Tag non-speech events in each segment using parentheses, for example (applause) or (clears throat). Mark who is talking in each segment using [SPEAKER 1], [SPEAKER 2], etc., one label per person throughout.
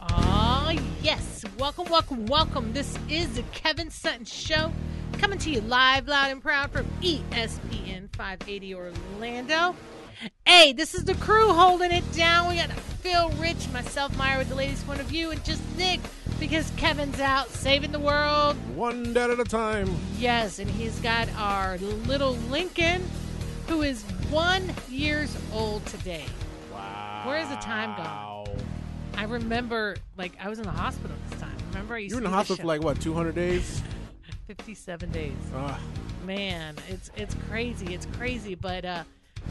[SPEAKER 1] Ah, welcome, welcome, welcome. This is the Kevin Sutton Show, coming to you live, loud, and proud from E ESPN 580 Orlando. Hey, this is the crew holding it down. We got Phil Rich, myself, Myra, with the ladies' point of view, and just Nick because Kevin's out saving the world.
[SPEAKER 2] One dead at a time.
[SPEAKER 1] Yes, and he's got our little Lincoln, who is one years old today.
[SPEAKER 2] Wow.
[SPEAKER 1] Where is the time gone? I remember, like, I was in the hospital this time. Remember, I used
[SPEAKER 2] You were in
[SPEAKER 1] to
[SPEAKER 2] the
[SPEAKER 1] do
[SPEAKER 2] hospital
[SPEAKER 1] show.
[SPEAKER 2] for like what, 200 days?
[SPEAKER 1] 57 days.
[SPEAKER 2] Ah,
[SPEAKER 1] Man, it's it's crazy. It's crazy, but uh,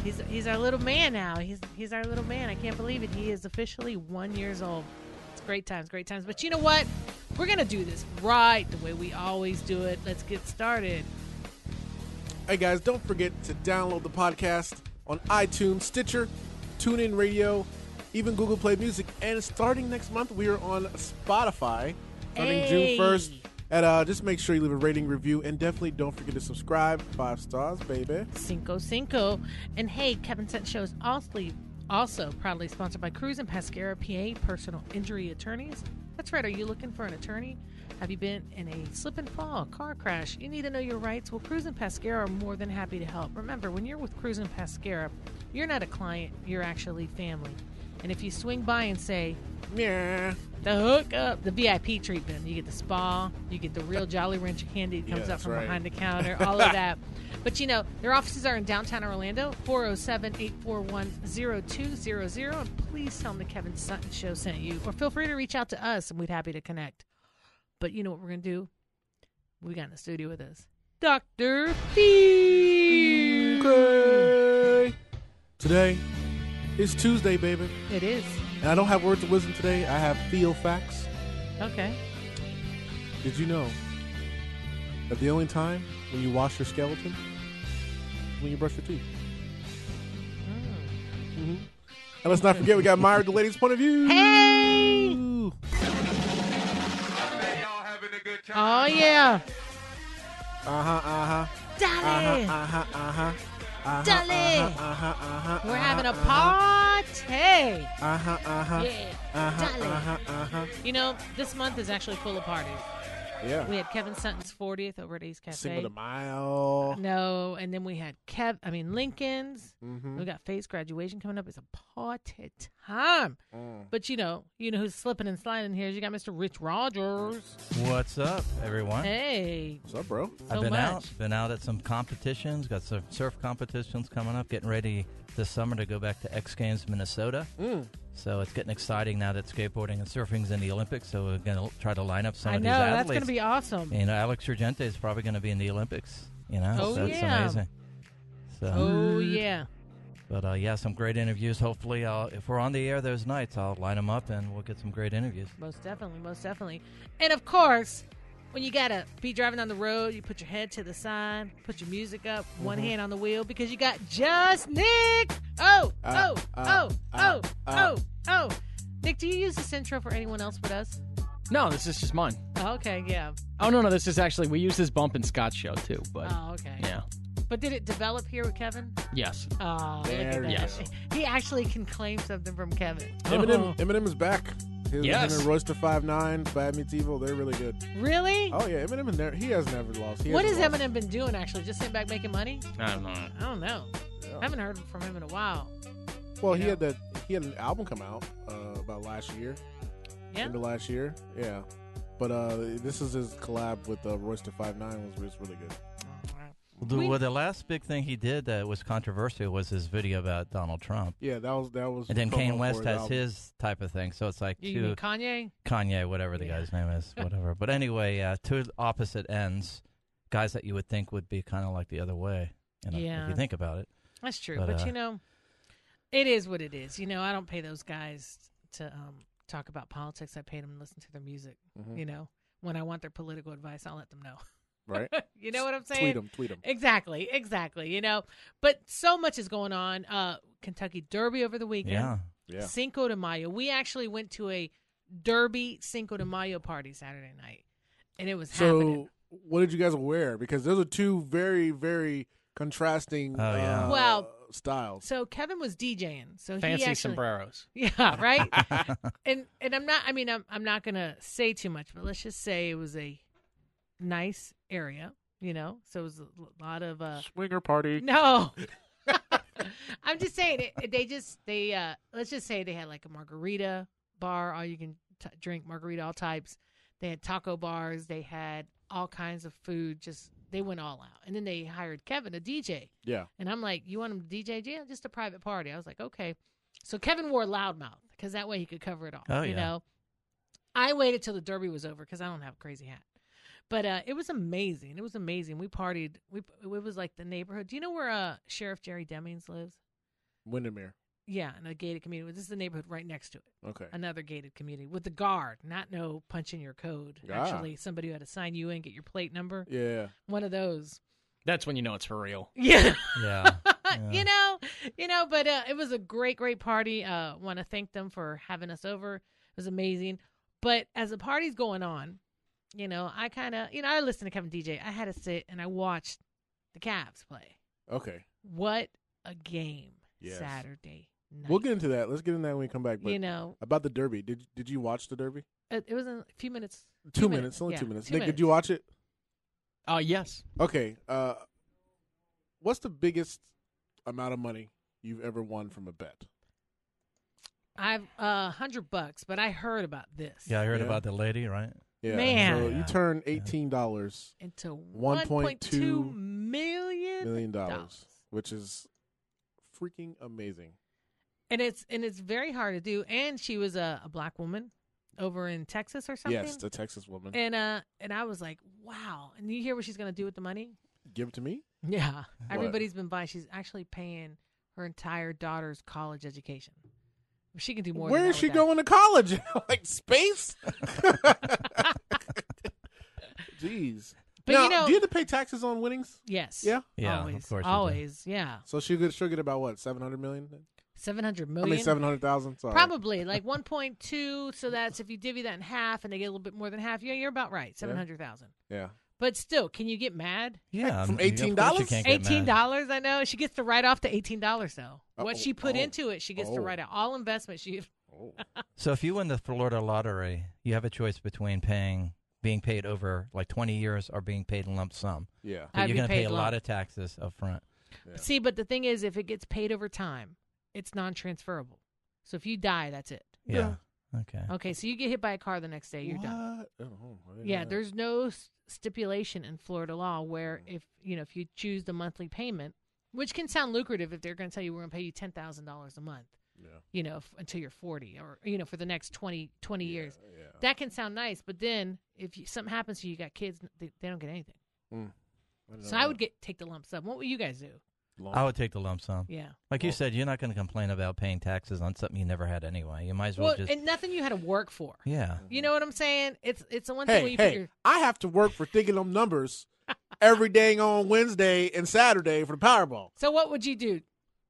[SPEAKER 1] he's he's our little man now. He's he's our little man. I can't believe it. He is officially one years old. It's great times, great times. But you know what? We're gonna do this right the way we always do it. Let's get started.
[SPEAKER 2] Hey guys, don't forget to download the podcast on iTunes, Stitcher, TuneIn Radio, even Google Play Music. And starting next month, we are on Spotify, starting
[SPEAKER 1] Hey.
[SPEAKER 2] June 1st. And uh, just make sure you leave a rating review and definitely don't forget to subscribe. Five stars, baby.
[SPEAKER 1] Cinco Cinco. And hey, Kevin Sent Show is also, also proudly sponsored by Cruz and Pascara PA Personal Injury Attorneys. That's right, are you looking for an attorney? Have you been in a slip and fall, car crash? You need to know your rights? Well, Cruz and Pascara are more than happy to help. Remember, when you're with Cruz and Pascara, you're not a client, you're actually family. And if you swing by and say,
[SPEAKER 2] Yeah.
[SPEAKER 1] the hookup, the VIP treatment. You get the spa, you get the real Jolly Rancher candy that
[SPEAKER 2] Yeah,
[SPEAKER 1] comes out
[SPEAKER 2] that's
[SPEAKER 1] from
[SPEAKER 2] right.
[SPEAKER 1] behind
[SPEAKER 2] (laughs)
[SPEAKER 1] the counter, all of that. But you know, their offices are in downtown Orlando, 407 841 0200. And please tell them the Kevin Sutton Show sent you, or feel free to reach out to us and we'd happy to connect. But you know what we're going to do? We got in the studio with us Dr. P.
[SPEAKER 2] Okay. Today is Tuesday, baby.
[SPEAKER 1] It is.
[SPEAKER 2] And I don't have words of wisdom today. I have Theo facts.
[SPEAKER 1] Okay.
[SPEAKER 2] Did you know that the only time when you wash your skeleton is when you brush your teeth? hmm And let's not forget we got Myra, the lady's point of view. Uh-huh,
[SPEAKER 1] Hey!
[SPEAKER 2] Ooh.
[SPEAKER 1] Oh, yeah.
[SPEAKER 2] Uh-huh, uh-huh,
[SPEAKER 1] Dolly!
[SPEAKER 2] uh-huh, uh-huh, uh-huh. Uh-huh,
[SPEAKER 1] Dolly!
[SPEAKER 2] uh-huh, uh-huh, uh-huh,
[SPEAKER 1] We're
[SPEAKER 2] uh-huh,
[SPEAKER 1] having a
[SPEAKER 2] uh-huh,
[SPEAKER 1] party.
[SPEAKER 2] Uh-huh, uh-huh,
[SPEAKER 1] Yeah.
[SPEAKER 2] uh-huh,
[SPEAKER 1] Dolly.
[SPEAKER 2] uh-huh, uh-huh.
[SPEAKER 1] You know, this month is actually full of parties. We
[SPEAKER 2] Yeah.
[SPEAKER 1] had Kevin Sutton's 40th over at Ace
[SPEAKER 2] Single
[SPEAKER 1] Cafe.
[SPEAKER 2] to mile.
[SPEAKER 1] No, and then we had Kev. I mean Lincoln's.
[SPEAKER 2] Mm-hmm.
[SPEAKER 1] We got Faye's graduation coming up. It's a party time.
[SPEAKER 2] Mm.
[SPEAKER 1] But you know, you know who's slipping and sliding here is you got Mr. Rich Rogers.
[SPEAKER 3] What's up, everyone?
[SPEAKER 1] Hey,
[SPEAKER 2] What's up, bro?
[SPEAKER 1] so
[SPEAKER 3] I've been
[SPEAKER 1] much.
[SPEAKER 3] out, been out at some competitions. Got some surf competitions coming up. Getting ready this summer to go back to X Games Minnesota.
[SPEAKER 2] Mm.
[SPEAKER 3] So it's getting exciting now that skateboarding and surfing's in the Olympics. So we're gonna try to line up some
[SPEAKER 1] I
[SPEAKER 3] of
[SPEAKER 1] know
[SPEAKER 3] these
[SPEAKER 1] that's
[SPEAKER 3] athletes.
[SPEAKER 1] gonna be awesome.
[SPEAKER 3] you know, Alex Urgente is probably gonna be in the Olympics. You know,
[SPEAKER 1] Oh,
[SPEAKER 3] so it's
[SPEAKER 1] yeah.
[SPEAKER 3] amazing. So,
[SPEAKER 1] Oh yeah,
[SPEAKER 3] but uh, yeah, some great interviews. Hopefully, I'll, if we're on the air those nights, I'll line them up and we'll get some great interviews.
[SPEAKER 1] most definitely, most definitely. And of course, when you gotta be driving down the road, you put your head to the side, put your music up, one
[SPEAKER 2] Mm-hmm.
[SPEAKER 1] hand on the wheel because you got just Nick. Oh,
[SPEAKER 2] Uh,
[SPEAKER 1] oh,
[SPEAKER 2] uh,
[SPEAKER 1] oh,
[SPEAKER 2] uh,
[SPEAKER 1] oh,
[SPEAKER 2] uh.
[SPEAKER 1] oh, oh. Nick, do you use this intro for anyone else but us?
[SPEAKER 4] No, this is just mine.
[SPEAKER 1] Oh, okay, yeah.
[SPEAKER 4] Oh no, no, this is actually we use this bump in Scott's show too, but
[SPEAKER 1] Oh, okay.
[SPEAKER 4] yeah,
[SPEAKER 1] But did it develop here with Kevin?
[SPEAKER 4] yes.
[SPEAKER 1] Oh, look at
[SPEAKER 2] There
[SPEAKER 1] that.
[SPEAKER 2] you
[SPEAKER 4] Yes.
[SPEAKER 1] (laughs) He actually can claim something from Kevin.
[SPEAKER 2] Eminem,
[SPEAKER 3] Uh-huh.
[SPEAKER 2] Eminem is back. His,
[SPEAKER 4] Yes.
[SPEAKER 2] Him and Royster 5'9, Bad Meets Evil, they're really good.
[SPEAKER 1] Really?
[SPEAKER 2] Oh yeah, Eminem and there, he has never lost. He
[SPEAKER 1] what has
[SPEAKER 2] hasn't lost.
[SPEAKER 1] Eminem been doing actually? Just sitting back making money?
[SPEAKER 4] (laughs) I don't know.
[SPEAKER 1] I don't know.
[SPEAKER 2] Yeah.
[SPEAKER 1] I haven't heard from him in a while.
[SPEAKER 2] Well,
[SPEAKER 1] you
[SPEAKER 2] he
[SPEAKER 1] know?
[SPEAKER 2] had that. He had an album come out uh, about last year,
[SPEAKER 1] Yeah.
[SPEAKER 2] end of last year. Yeah, but uh, this is his collab with uh, Royster Five Nine was, was really good.
[SPEAKER 1] Oh,
[SPEAKER 3] The,
[SPEAKER 1] We-
[SPEAKER 3] well, the last big thing he did that was controversial was his video about Donald Trump.
[SPEAKER 2] Yeah, that was that was.
[SPEAKER 3] And then
[SPEAKER 2] promo
[SPEAKER 3] Kane
[SPEAKER 2] for
[SPEAKER 3] West
[SPEAKER 2] his
[SPEAKER 3] has
[SPEAKER 2] album.
[SPEAKER 3] his type of thing. So it's like
[SPEAKER 1] You mean
[SPEAKER 3] two
[SPEAKER 1] Kanye?
[SPEAKER 3] Kanye, whatever the
[SPEAKER 1] Yeah.
[SPEAKER 3] guy's name is, whatever. But anyway, uh, two opposite ends, guys that you would think would be kind of like the other way. You know,
[SPEAKER 1] Yeah.
[SPEAKER 3] If you think about it.
[SPEAKER 1] That's true, but,
[SPEAKER 3] But, uh,
[SPEAKER 1] you know, it is what it is. You know, I don't pay those guys to um, talk about politics. I pay them to listen to their music.
[SPEAKER 2] Mhm.
[SPEAKER 1] You know, when I want their political advice, I'll let them know. (laughs)
[SPEAKER 3] (laughs)
[SPEAKER 2] right.
[SPEAKER 1] you know what I'm saying?
[SPEAKER 2] tweet him, tweet him.
[SPEAKER 1] Exactly, exactly. You know, but so much is going on. Uh, Kentucky Derby over the weekend.
[SPEAKER 3] Yeah.
[SPEAKER 2] Yeah.
[SPEAKER 1] Cinco de Mayo. We actually went to a Derby Cinco de Mayo party Saturday night, and it was happening.
[SPEAKER 2] So, what did you guys wear? Because those are two very, very contrasting.
[SPEAKER 3] Oh, yeah.
[SPEAKER 2] uh,
[SPEAKER 1] Well,
[SPEAKER 2] styles.
[SPEAKER 1] So Kevin was DJing. So
[SPEAKER 4] Fancy
[SPEAKER 1] he actually,
[SPEAKER 4] sombreros.
[SPEAKER 1] (laughs) Yeah, right. and and I'm not. I mean, I'm I'm not gonna say too much, but let's just say it was a nice area. You know, so it was a lot of uh,
[SPEAKER 2] Swinger party.
[SPEAKER 1] (laughs) no. I'm just saying it, they just they uh let's just say they had like a margarita bar, all you can t- drink margarita all types. They had taco bars, they had all kinds of food. Just they went all out, and then they hired Kevin a DJ.
[SPEAKER 2] Yeah.
[SPEAKER 1] And I'm like, you want him to DJ? Yeah, just a private party. I was like, okay. So Kevin wore loudmouth because that way he could cover it all.
[SPEAKER 3] Oh,
[SPEAKER 1] you
[SPEAKER 3] yeah.
[SPEAKER 1] know, I waited till the derby was over because I don't have a crazy hat. But uh, it was amazing. It was amazing. We partied. We it was like the neighborhood. Do you know where uh, Sheriff Jerry Demings lives?
[SPEAKER 2] Windermere.
[SPEAKER 1] Yeah, in a gated community. This is the neighborhood right next to it.
[SPEAKER 2] Okay.
[SPEAKER 1] Another gated community with the guard, not no punching your code.
[SPEAKER 2] Ah.
[SPEAKER 1] Actually, somebody who had to sign you in, get your plate number.
[SPEAKER 2] Yeah.
[SPEAKER 1] One of those.
[SPEAKER 4] That's when you know it's for real.
[SPEAKER 1] Yeah.
[SPEAKER 3] Yeah.
[SPEAKER 1] (laughs) you know, you know, but uh, it was a great, great party. Uh, want to thank them for having us over. It was amazing. But as the party's going on, you know, I kind of, you know, I listened to Kevin DJ. I had to sit and I watched the Cavs play.
[SPEAKER 2] Okay.
[SPEAKER 1] What a game
[SPEAKER 2] Yes.
[SPEAKER 1] Saturday night.
[SPEAKER 2] We'll get into that. Let's get into that when we come back. But
[SPEAKER 1] you know,
[SPEAKER 2] about the Derby, did did you watch the Derby?
[SPEAKER 1] it, it was a few minutes.
[SPEAKER 2] Two,
[SPEAKER 1] Two
[SPEAKER 2] minutes,
[SPEAKER 1] minutes,
[SPEAKER 2] only
[SPEAKER 1] yeah.
[SPEAKER 2] two minutes.
[SPEAKER 1] Two
[SPEAKER 2] Nick,
[SPEAKER 1] minutes.
[SPEAKER 2] did you watch it?
[SPEAKER 4] Uh, yes.
[SPEAKER 2] Okay. Uh, what's the biggest amount of money you've ever won from a bet?
[SPEAKER 1] I've uh, hundred bucks, but I heard about this.
[SPEAKER 3] yeah, I heard
[SPEAKER 2] Yeah.
[SPEAKER 3] about the lady, right?
[SPEAKER 2] Yeah.
[SPEAKER 1] Man.
[SPEAKER 2] So
[SPEAKER 3] Yeah.
[SPEAKER 2] you turn eighteen dollars
[SPEAKER 1] Into one point
[SPEAKER 2] 1.2
[SPEAKER 1] two million
[SPEAKER 2] million dollars, which is freaking amazing.
[SPEAKER 1] and it's and it's very hard to do. And she was a, a black woman over in Texas or something.
[SPEAKER 2] Yes, the Texas woman.
[SPEAKER 1] and uh, and I was like, wow. And you hear what she's gonna do with the money?
[SPEAKER 2] Give it to me.
[SPEAKER 1] Yeah, everybody's been buying. She's actually paying her entire daughter's college education. She can do more.
[SPEAKER 2] Where
[SPEAKER 1] than
[SPEAKER 2] is
[SPEAKER 1] that
[SPEAKER 2] she
[SPEAKER 1] with that.
[SPEAKER 2] going to college? (laughs) like
[SPEAKER 1] (laughs)
[SPEAKER 2] space? (laughs) Jeez.
[SPEAKER 1] But
[SPEAKER 2] now,
[SPEAKER 1] you know,
[SPEAKER 2] do you have to pay taxes on winnings?
[SPEAKER 1] yes,
[SPEAKER 2] Yeah.
[SPEAKER 3] Yeah,
[SPEAKER 1] always,
[SPEAKER 3] of course. you do.
[SPEAKER 1] always, yeah,
[SPEAKER 2] So she'll get she'll get about what seven hundred million?
[SPEAKER 1] seven hundred
[SPEAKER 2] I
[SPEAKER 1] million.
[SPEAKER 2] mean seven hundred thousand. Sorry.
[SPEAKER 1] Probably like one point two. So that's if you divvy that in half, and they get a little bit more than half. Yeah, you're about right. Seven hundred thousand.
[SPEAKER 2] Yeah.
[SPEAKER 1] But still, can you get mad?
[SPEAKER 3] Yeah,
[SPEAKER 2] From
[SPEAKER 3] I mean, of course you
[SPEAKER 2] $18?
[SPEAKER 3] can't get mad.
[SPEAKER 1] Eighteen dollars, I know. She gets to write off the eighteen dollars though. What
[SPEAKER 2] Uh-oh.
[SPEAKER 1] she put
[SPEAKER 2] Oh.
[SPEAKER 1] into it, she gets
[SPEAKER 2] Oh.
[SPEAKER 1] to write out all investment. She
[SPEAKER 2] Oh.
[SPEAKER 3] So if you win the Florida lottery, you have a choice between paying being paid over like 20 years or being paid in lump sum.
[SPEAKER 2] Yeah.
[SPEAKER 1] (laughs)
[SPEAKER 3] But
[SPEAKER 1] I'd
[SPEAKER 3] you're
[SPEAKER 1] be
[SPEAKER 3] gonna pay
[SPEAKER 1] paid
[SPEAKER 3] a
[SPEAKER 1] lump.
[SPEAKER 3] lot of taxes up front.
[SPEAKER 2] Yeah.
[SPEAKER 1] see, but the thing is, if it gets paid over time, it's non-transferable. So if you die, that's it.
[SPEAKER 3] Yeah. Okay.
[SPEAKER 1] Okay, so you get hit by a car the next day, you're done.
[SPEAKER 2] What? Oh, I didn't
[SPEAKER 1] Yeah,
[SPEAKER 2] know.
[SPEAKER 1] there's no s- stipulation in Florida law where
[SPEAKER 2] Mm.
[SPEAKER 1] if you know if you choose the monthly payment, which can sound lucrative if they're going to tell you we're going to pay you ten thousand dollars a month,
[SPEAKER 2] Yeah.
[SPEAKER 1] you know, f- until you're 40 or you know for the next 20, 20 years.
[SPEAKER 2] Yeah.
[SPEAKER 1] that can sound nice, but then if you, something happens to you, you got kids, they, they don't get anything.
[SPEAKER 2] didn't
[SPEAKER 1] So
[SPEAKER 2] know
[SPEAKER 1] I would
[SPEAKER 2] that.
[SPEAKER 1] get take the lump sum. What would you guys do?
[SPEAKER 2] Long-
[SPEAKER 3] I would take the lump sum.
[SPEAKER 1] Yeah.
[SPEAKER 3] Like you
[SPEAKER 2] Well-
[SPEAKER 3] said, you're not going to complain about paying taxes on something you never had anyway. You might as well,
[SPEAKER 1] Well,
[SPEAKER 3] just
[SPEAKER 1] and nothing you had to work for.
[SPEAKER 3] yeah.
[SPEAKER 1] You know what I'm saying? It's it's the one thing where
[SPEAKER 2] Hey,
[SPEAKER 1] you
[SPEAKER 2] hey,
[SPEAKER 1] figure
[SPEAKER 2] I have to work for thinking them numbers
[SPEAKER 1] (laughs)
[SPEAKER 2] every day on Wednesday and Saturday for the Powerball.
[SPEAKER 1] So what would you do?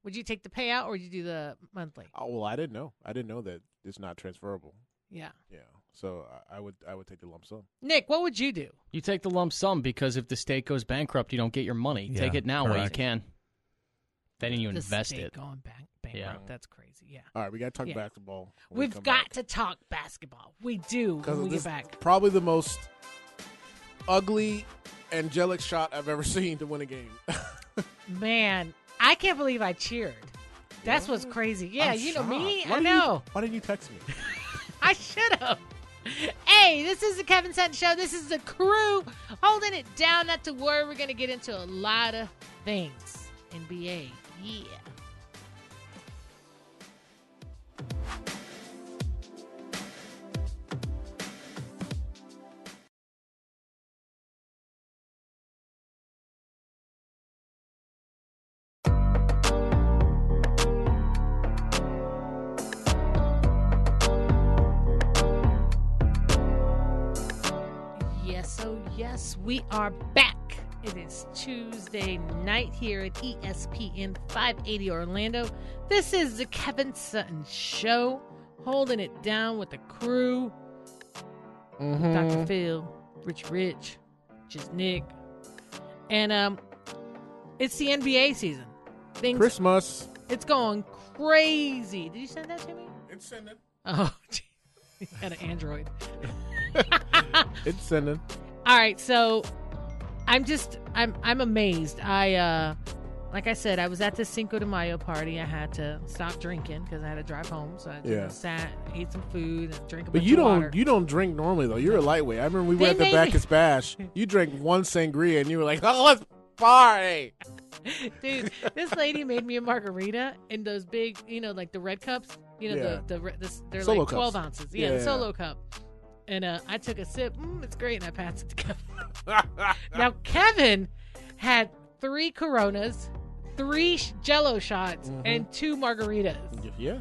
[SPEAKER 1] Would you take the payout or would you do the monthly?
[SPEAKER 2] Oh, well, I didn't know. I didn't know that it's not transferable.
[SPEAKER 1] Yeah.
[SPEAKER 2] Yeah. So I, I would I would take the lump sum.
[SPEAKER 1] Nick, what would you do?
[SPEAKER 4] You take the lump sum because if the state goes bankrupt, you don't get your money.
[SPEAKER 3] Yeah,
[SPEAKER 4] take it now while you
[SPEAKER 3] correct.
[SPEAKER 4] can. Then you
[SPEAKER 1] The
[SPEAKER 4] invest
[SPEAKER 1] state
[SPEAKER 4] it.
[SPEAKER 1] Going bank, bankrupt. That's crazy. Yeah.
[SPEAKER 2] All right, we got to talk
[SPEAKER 1] Yeah.
[SPEAKER 2] basketball. when we
[SPEAKER 1] We've
[SPEAKER 2] come
[SPEAKER 1] got
[SPEAKER 2] back.
[SPEAKER 1] to talk basketball. We do when we
[SPEAKER 2] this
[SPEAKER 1] get
[SPEAKER 2] is
[SPEAKER 1] back.
[SPEAKER 2] Probably the most ugly angelic shot I've ever (laughs) seen to win a game.
[SPEAKER 1] Man, I can't believe I cheered. That's what's crazy. Yeah,
[SPEAKER 2] I'm
[SPEAKER 1] you know me.
[SPEAKER 2] shocked. Why
[SPEAKER 1] I
[SPEAKER 2] didn't you-
[SPEAKER 1] know.
[SPEAKER 2] why didn't you text me?
[SPEAKER 1] I should have. Hey, this is the Kevin Sutton Show. This is the crew holding it down. Not to worry, we're going to get into a lot of things. NBA, yeah. Yes, oh, yes, we are back. It is Tuesday night here at E ESPN 580 Orlando. This is the Kevin Sutton Show holding it down with the crew.
[SPEAKER 3] Mm-hmm.
[SPEAKER 1] Dr.
[SPEAKER 2] Mm.
[SPEAKER 1] Phil, Rich Rich, just Nick. And um, it's the NBA season. Things
[SPEAKER 2] Christmas.
[SPEAKER 1] it's going crazy. Did you send that to me? (laughs)
[SPEAKER 2] It's sending.
[SPEAKER 1] Oh, gee. you got an Android.
[SPEAKER 2] It's sending.
[SPEAKER 1] All right, so I'm just I'm I'm amazed. I uh like I said, I was at this Cinco de Mayo party. I had to stop drinking because I had to drive home. So I just
[SPEAKER 2] Yeah.
[SPEAKER 1] sat, ate some food, and drank a
[SPEAKER 2] But
[SPEAKER 1] bunch
[SPEAKER 2] you
[SPEAKER 1] of
[SPEAKER 2] don't
[SPEAKER 1] water.
[SPEAKER 2] you don't drink normally though. You're a lightweight. I remember we
[SPEAKER 1] They
[SPEAKER 2] went at the
[SPEAKER 1] made (laughs)
[SPEAKER 2] Bacchus Bash. You drank one sangria and you were like, "Oh, let's party."
[SPEAKER 1] (laughs) Dude, this lady made me a margarita in those big, you know, like the red cups. You know,
[SPEAKER 2] Yeah.
[SPEAKER 1] the, the re- this, they're
[SPEAKER 2] Solo
[SPEAKER 1] like twelve
[SPEAKER 2] cups.
[SPEAKER 1] ounces. Yeah,
[SPEAKER 2] Yeah,
[SPEAKER 1] the
[SPEAKER 2] yeah,
[SPEAKER 1] solo cup. And uh, I took a sip. Mm, it's great, and I passed it to Kevin.
[SPEAKER 2] (laughs)
[SPEAKER 1] now Kevin had three Coronas, three sh- Jello shots,
[SPEAKER 2] Mhm.
[SPEAKER 1] and two margaritas.
[SPEAKER 2] yeah.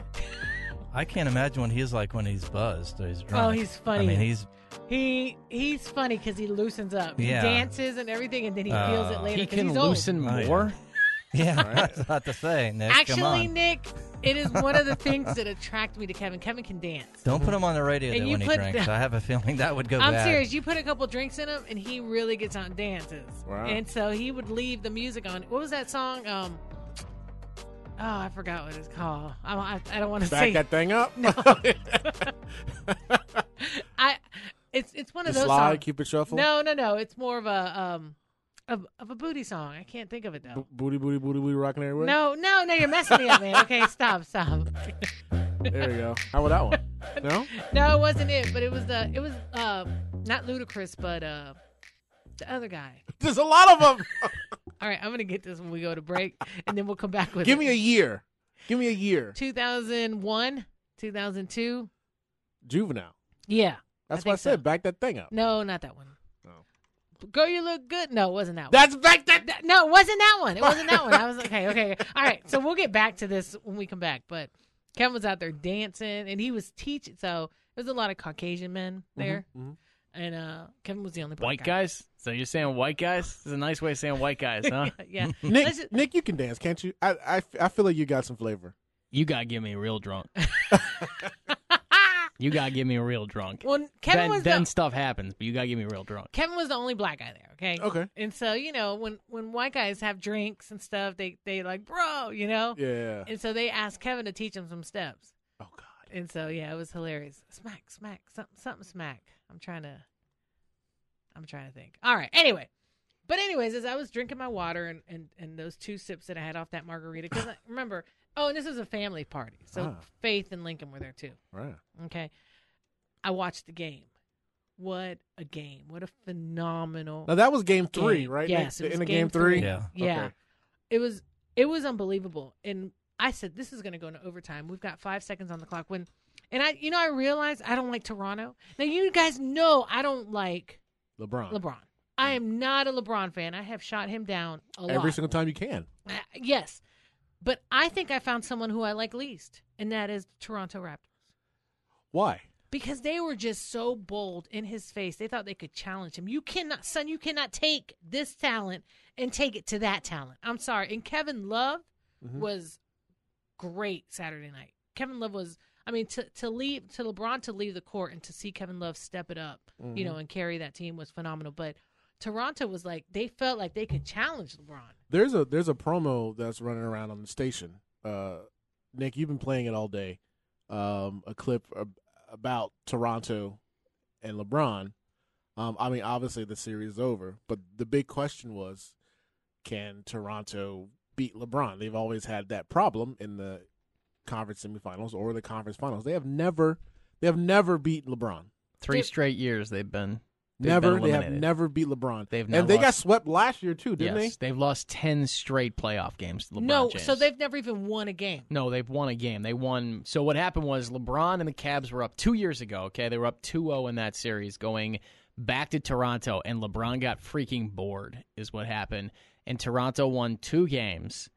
[SPEAKER 3] I can't imagine what he's like when he's buzzed or he's drunk.
[SPEAKER 1] Oh, he's funny.
[SPEAKER 3] I mean, he's (laughs)
[SPEAKER 1] He he's funny because he loosens up. He
[SPEAKER 3] Yeah.
[SPEAKER 1] dances and everything, and then he
[SPEAKER 3] Uh,
[SPEAKER 1] feels it later.
[SPEAKER 4] He
[SPEAKER 1] 'cause
[SPEAKER 4] can
[SPEAKER 1] he's old.
[SPEAKER 4] loosen
[SPEAKER 3] Oh, yeah.
[SPEAKER 4] more.
[SPEAKER 3] yeah.
[SPEAKER 2] All right.
[SPEAKER 3] That's not to say. Nick, come
[SPEAKER 1] Actually,
[SPEAKER 3] on.
[SPEAKER 1] Nick, it is one of the things that attracted me to Kevin. Kevin can dance.
[SPEAKER 3] Don't put him on the radio
[SPEAKER 1] And
[SPEAKER 3] though,
[SPEAKER 1] you
[SPEAKER 3] when he
[SPEAKER 1] put-
[SPEAKER 3] drinks. I have a feeling that would go
[SPEAKER 1] I'm
[SPEAKER 3] bad.
[SPEAKER 1] serious. You put a couple drinks in him, and he really gets on dances.
[SPEAKER 2] Wow.
[SPEAKER 1] And so he would leave the music on. What was that song? Um, oh, I forgot what it's called. I, I, I don't want to
[SPEAKER 2] Back
[SPEAKER 1] say.
[SPEAKER 2] that thing up. (laughs)
[SPEAKER 1] No. I it's it's one
[SPEAKER 2] the
[SPEAKER 1] of those
[SPEAKER 2] slide,
[SPEAKER 1] songs.
[SPEAKER 2] keep it shuffle.
[SPEAKER 1] No, no, no. It's more of a um of, of a booty song. I can't think of it
[SPEAKER 2] B-
[SPEAKER 1] though.
[SPEAKER 2] booty, booty, booty, booty, rocking everywhere.
[SPEAKER 1] No, no, no. You're messing me up, man. Okay, (laughs) stop, stop.
[SPEAKER 2] There you go. How about
[SPEAKER 1] (laughs)
[SPEAKER 2] that one? No.
[SPEAKER 1] No, it wasn't it. But it was the it was uh not ludicrous, but uh the other guy.
[SPEAKER 2] There's a lot of them.
[SPEAKER 1] All right, I'm gonna get this when we go to break, and then we'll come back with.
[SPEAKER 2] Give
[SPEAKER 1] it.
[SPEAKER 2] me a year. Give me a year.
[SPEAKER 1] 2001, 2002.
[SPEAKER 2] Juvenile.
[SPEAKER 1] Yeah.
[SPEAKER 2] That's
[SPEAKER 1] I
[SPEAKER 2] what I
[SPEAKER 1] think so.
[SPEAKER 2] said. Back that thing up.
[SPEAKER 1] No, not that one.
[SPEAKER 2] Oh.
[SPEAKER 1] Girl, you look good. No, it wasn't that one.
[SPEAKER 2] That's back that.
[SPEAKER 1] Th- no, it wasn't that one. It wasn't that one. I was okay. Okay. All right. So we'll get back to this when we come back. But Kevin was out there dancing, and he was teaching. So there's a lot of Caucasian men there, (laughs)
[SPEAKER 2] Mhm, mhm.
[SPEAKER 1] and uh Kevin was the only black
[SPEAKER 4] White guys? So you're saying white guys? This is a nice way of saying white
[SPEAKER 1] (laughs)
[SPEAKER 4] guys, huh?
[SPEAKER 1] yeah.
[SPEAKER 2] Nick,
[SPEAKER 1] Let's-
[SPEAKER 2] Nick, you can dance, can't you? I, I, I feel like you got some flavor.
[SPEAKER 4] you gotta get me real drunk. You gotta get me real drunk.
[SPEAKER 1] well, Kevin
[SPEAKER 4] then
[SPEAKER 1] was
[SPEAKER 4] then
[SPEAKER 1] the,
[SPEAKER 4] stuff happens, but you gotta get me real drunk.
[SPEAKER 1] Kevin was the only black guy there. Okay.
[SPEAKER 2] Okay.
[SPEAKER 1] And so you know when when white guys have drinks and stuff, they they like bro, you know.
[SPEAKER 2] Yeah.
[SPEAKER 1] And so they asked Kevin to teach him some steps.
[SPEAKER 2] Oh God.
[SPEAKER 1] And so yeah, it was hilarious. Smack, smack, something, something, smack. I'm trying to, I'm trying to think. All right. Anyway, but anyways, as I was drinking my water and and, and those two sips that I had off that margarita, because remember, oh, and this was a family party, so
[SPEAKER 2] Ah.
[SPEAKER 1] Faith and Lincoln were there too.
[SPEAKER 2] Right.
[SPEAKER 1] Okay, I watched the game. What a game! What a phenomenal
[SPEAKER 2] Now that was game three,
[SPEAKER 1] game.
[SPEAKER 2] right?
[SPEAKER 1] Yes,
[SPEAKER 2] Nick?
[SPEAKER 1] it was
[SPEAKER 2] in the
[SPEAKER 1] game
[SPEAKER 2] game three.
[SPEAKER 1] three.
[SPEAKER 3] Yeah.
[SPEAKER 2] (laughs)
[SPEAKER 1] Yeah.
[SPEAKER 2] Okay.
[SPEAKER 1] It was it was unbelievable. And I said this is going to go into overtime. We've got 5 seconds on the clock when and I you know I realized I don't like Toronto. Now you guys know I don't like
[SPEAKER 2] LeBron.
[SPEAKER 1] LeBron. I am not a LeBron fan. I have shot him down a lot.
[SPEAKER 2] Every single time you can.
[SPEAKER 1] Uh, yes. But I think I found someone who I like least, and that is the Toronto Raptors.
[SPEAKER 2] Why?
[SPEAKER 1] Because they were just so bold in his face. They thought they could challenge him. You cannot, son, you cannot take this talent and take it to that talent. I'm sorry. And Kevin Love
[SPEAKER 2] Mhm.
[SPEAKER 1] was great Saturday night. Kevin Love was, I mean, to, to leave, to LeBron to leave the court and to see Kevin Love step it up, you know, and carry that team was phenomenal. But Toronto was like, they felt like they could challenge LeBron.
[SPEAKER 2] There's a there's a promo that's running around on the station. Uh, Nick, you've been playing it all day. Um, a clip ab- about Toronto and LeBron. Um, I mean, obviously the series is over, but the big question was, can Toronto beat LeBron? They've always had that problem in the conference semifinals or the conference finals. They have never they have never beat LeBron.
[SPEAKER 4] Three
[SPEAKER 1] Dude.
[SPEAKER 4] straight years they've been They've
[SPEAKER 2] never
[SPEAKER 4] been
[SPEAKER 2] they have
[SPEAKER 4] eliminated.
[SPEAKER 2] never beat LeBron.
[SPEAKER 4] They've not
[SPEAKER 2] and they got
[SPEAKER 4] lost-
[SPEAKER 2] swept last year too, didn't
[SPEAKER 4] yes, they? have lost ten straight playoff games. to LeBron
[SPEAKER 1] no,
[SPEAKER 4] James.
[SPEAKER 1] so they've never even won a game.
[SPEAKER 4] No, they've won a game. They won. So what happened was LeBron and the Cavs were up two years ago. Okay, they were up 2-0 in that series, going back to Toronto, and LeBron got freaking bored, is what happened. And Toronto won two games,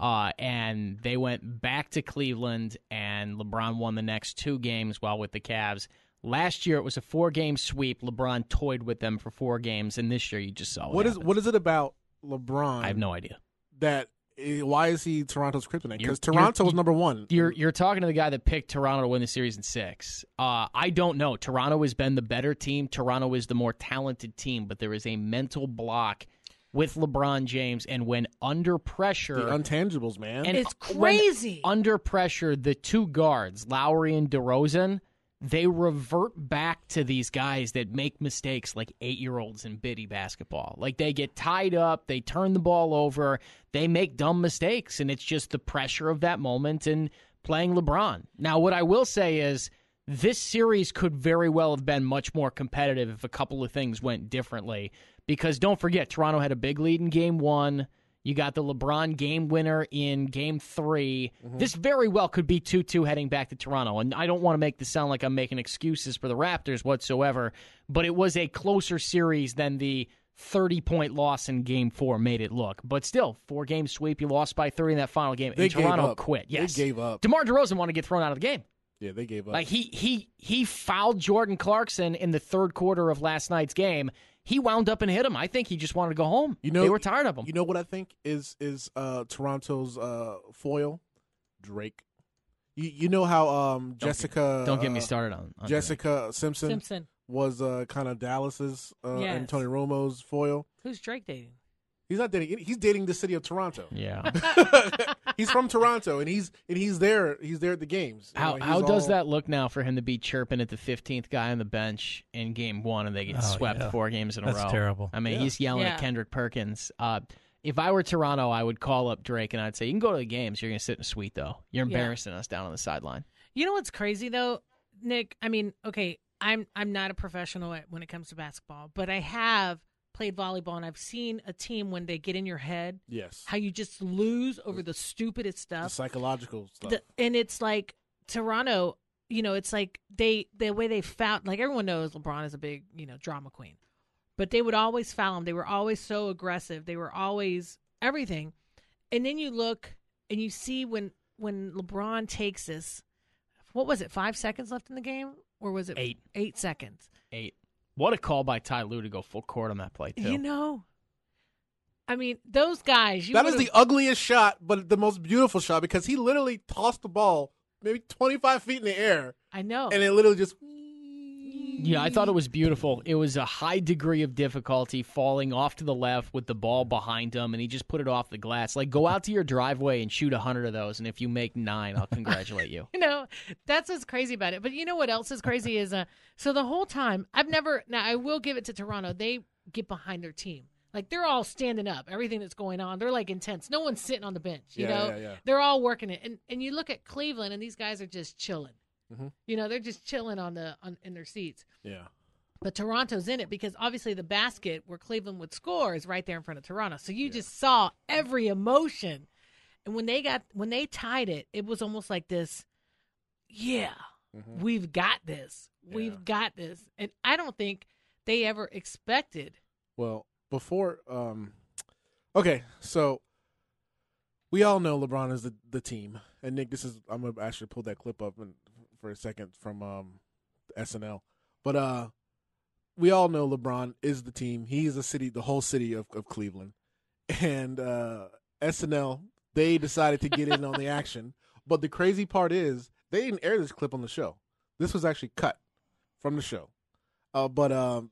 [SPEAKER 4] uh, and they went back to Cleveland, and LeBron won the next two games while with the Cavs. Last year it was a four-game sweep. LeBron toyed with them for four games, and this year you just saw
[SPEAKER 2] they?
[SPEAKER 4] what,
[SPEAKER 2] What is
[SPEAKER 4] happened.
[SPEAKER 2] what is it about LeBron?
[SPEAKER 4] I have no idea.
[SPEAKER 2] that eh, why is he Toronto's kryptonite?
[SPEAKER 4] You're-
[SPEAKER 2] Because Toronto
[SPEAKER 4] you're-
[SPEAKER 2] was number one.
[SPEAKER 4] You're you're talking to the guy that picked Toronto to win the series in six. Uh, I don't know. Toronto has been the better team. Toronto is the more talented team, but there is a mental block with LeBron James, and when under
[SPEAKER 2] The
[SPEAKER 4] pressure,
[SPEAKER 2] untangibles, man.
[SPEAKER 4] and
[SPEAKER 1] It's
[SPEAKER 4] when
[SPEAKER 1] crazy.
[SPEAKER 4] under pressure, the two guards, Lowry and DeRozan, they revert back to these guys that make mistakes like eight year olds in biddy basketball. Like they get tied up, they turn the ball over, they make dumb mistakes, and it's just the pressure of that moment and playing LeBron. Now, what I will say is this series could very well have been much more competitive if a couple of things went differently. Because don't forget, Toronto had a big lead in game one. You got the LeBron game winner in game 3
[SPEAKER 2] Mm-hmm.
[SPEAKER 4] This very well could be 2 2 heading back to Toronto. And I don't want to make this sound like I'm making excuses for the Raptors whatsoever, but it was a closer series than the 30 point loss in game four made it look. But still, four game sweep. You lost by 30 in that final game.
[SPEAKER 2] They
[SPEAKER 4] and
[SPEAKER 2] gave
[SPEAKER 4] Toronto
[SPEAKER 2] up.
[SPEAKER 4] quit.
[SPEAKER 2] They
[SPEAKER 4] Yes.
[SPEAKER 2] gave up.
[SPEAKER 4] DeMar DeRozan wanted to get thrown out of the game.
[SPEAKER 2] yeah, they gave up.
[SPEAKER 4] Like he he he fouled Jordan Clarkson in the third quarter of last night's game. He wound up and hit him. I think he just wanted to go home.
[SPEAKER 2] You know-
[SPEAKER 4] they were tired of him.
[SPEAKER 2] you know what I think is is uh, Toronto's uh, foil, Drake. You, you know how um,
[SPEAKER 4] get-
[SPEAKER 2] Jessica
[SPEAKER 4] Don't get me
[SPEAKER 2] uh,
[SPEAKER 4] started on, on
[SPEAKER 2] Jessica Simpson,
[SPEAKER 1] Simpson.
[SPEAKER 2] was uh, kind of Dallas's uh,
[SPEAKER 1] Yes.
[SPEAKER 2] and Tony Romo's foil.
[SPEAKER 1] Who's Drake dating?
[SPEAKER 2] He's not dating. He's dating the city of Toronto. (laughs)
[SPEAKER 4] Drake. Yeah.
[SPEAKER 2] he's from Toronto, and he's and he's there. He's there at the games. You
[SPEAKER 4] how
[SPEAKER 2] know, he's
[SPEAKER 4] how does
[SPEAKER 2] all-
[SPEAKER 4] that look now for him to be chirping at the fifteenth guy on the bench in game one and they get
[SPEAKER 3] Oh,
[SPEAKER 4] swept
[SPEAKER 3] yeah.
[SPEAKER 4] four games in a
[SPEAKER 3] That's
[SPEAKER 4] row?
[SPEAKER 3] terrible.
[SPEAKER 4] I mean,
[SPEAKER 2] Yeah.
[SPEAKER 4] he's yelling
[SPEAKER 1] Yeah.
[SPEAKER 4] at Kendrick Perkins. Uh, if I were Toronto, I would call up Drake and I'd say, "You can go to the games. You're going to sit in a suite, though. You're
[SPEAKER 1] Yeah.
[SPEAKER 4] embarrassing us down on the sideline."
[SPEAKER 1] You know what's crazy though, Nick? I mean, okay, I'm I'm not a professional at, when it comes to basketball, but I have played volleyball and I've seen a team when they get in your head
[SPEAKER 2] Yes,
[SPEAKER 1] how you just lose over the stupidest
[SPEAKER 2] the
[SPEAKER 1] stuff.
[SPEAKER 2] psychological stuff.
[SPEAKER 1] The- and it's like Toronto, you know, it's like they the way they found like everyone knows LeBron is a big, you know, drama queen. But they would always foul him. They were always so aggressive. They were always everything. And then you look and you see when when LeBron takes this what was it, five seconds left in the game? Or was it
[SPEAKER 4] Eight.
[SPEAKER 1] eight seconds?
[SPEAKER 4] Eight. What a call by Ty Lue to go full court on that play too.
[SPEAKER 1] You know? I mean, those guys you
[SPEAKER 2] that is
[SPEAKER 1] would've-
[SPEAKER 2] the ugliest shot, but the most beautiful shot because he literally tossed the ball maybe twenty five feet in the air,
[SPEAKER 1] I know.
[SPEAKER 2] and it literally just.
[SPEAKER 4] Oh. Yeah, I thought it was beautiful. It was a high degree of difficulty falling off to the left with the ball behind him, and he just put it off the glass. Like, go out to your driveway and shoot a 100 of those, and if you make nine, I'll congratulate (laughs) you.
[SPEAKER 1] (laughs) you know that's what's crazy about it but you know what else is crazy is uh so the whole time i've never now i will give it to toronto they get behind their team like they're all standing up everything that's going on they're like intense no one's sitting on the bench you
[SPEAKER 2] Yeah,
[SPEAKER 1] know
[SPEAKER 2] yeah, yeah.
[SPEAKER 1] they're all working it and and you look at cleveland and these guys are just chilling
[SPEAKER 2] Mhm.
[SPEAKER 1] you know they're just chilling on the on in their seats
[SPEAKER 2] Yeah,
[SPEAKER 1] but Toronto's in it because obviously the basket where Cleveland would score is right there in front of Toronto. So you just saw every emotion. And when they got when they tied it, it was almost like this, yeah,
[SPEAKER 2] Mhm.
[SPEAKER 1] we've got this.
[SPEAKER 2] Yeah.
[SPEAKER 1] We've got this. And I don't think they ever expected. (laughs)
[SPEAKER 2] Well, before um okay, so we all know LeBron is the, the team. And Nick, this is I'm gonna actually pull that clip up in, for a second from um SNL. But uh we all know LeBron is the team. He is the city the whole city of, of Cleveland. And uh SNL, they decided to get in on the action. But the crazy part is they didn't air this clip on the show. This was actually cut from the show. Uh but um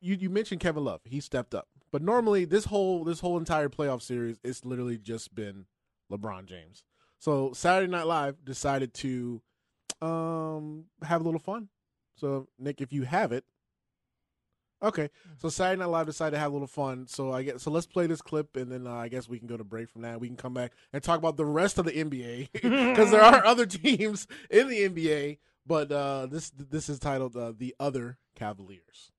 [SPEAKER 2] you you mentioned Kevin Love. He stepped up. But normally this whole this whole entire playoff series it's literally just been LeBron James. So Saturday Night Live decided to um have a little fun. So Nick, if you have it. Okay. So Saturday Night Live decided to have a little fun. So I guess so let's play this clip and then uh, I guess we can go to break from that. We can come back and talk about the rest of the NBA (laughs) cuz there are other teams in the NBA, but uh this this is titled uh, The Other Cavaliers.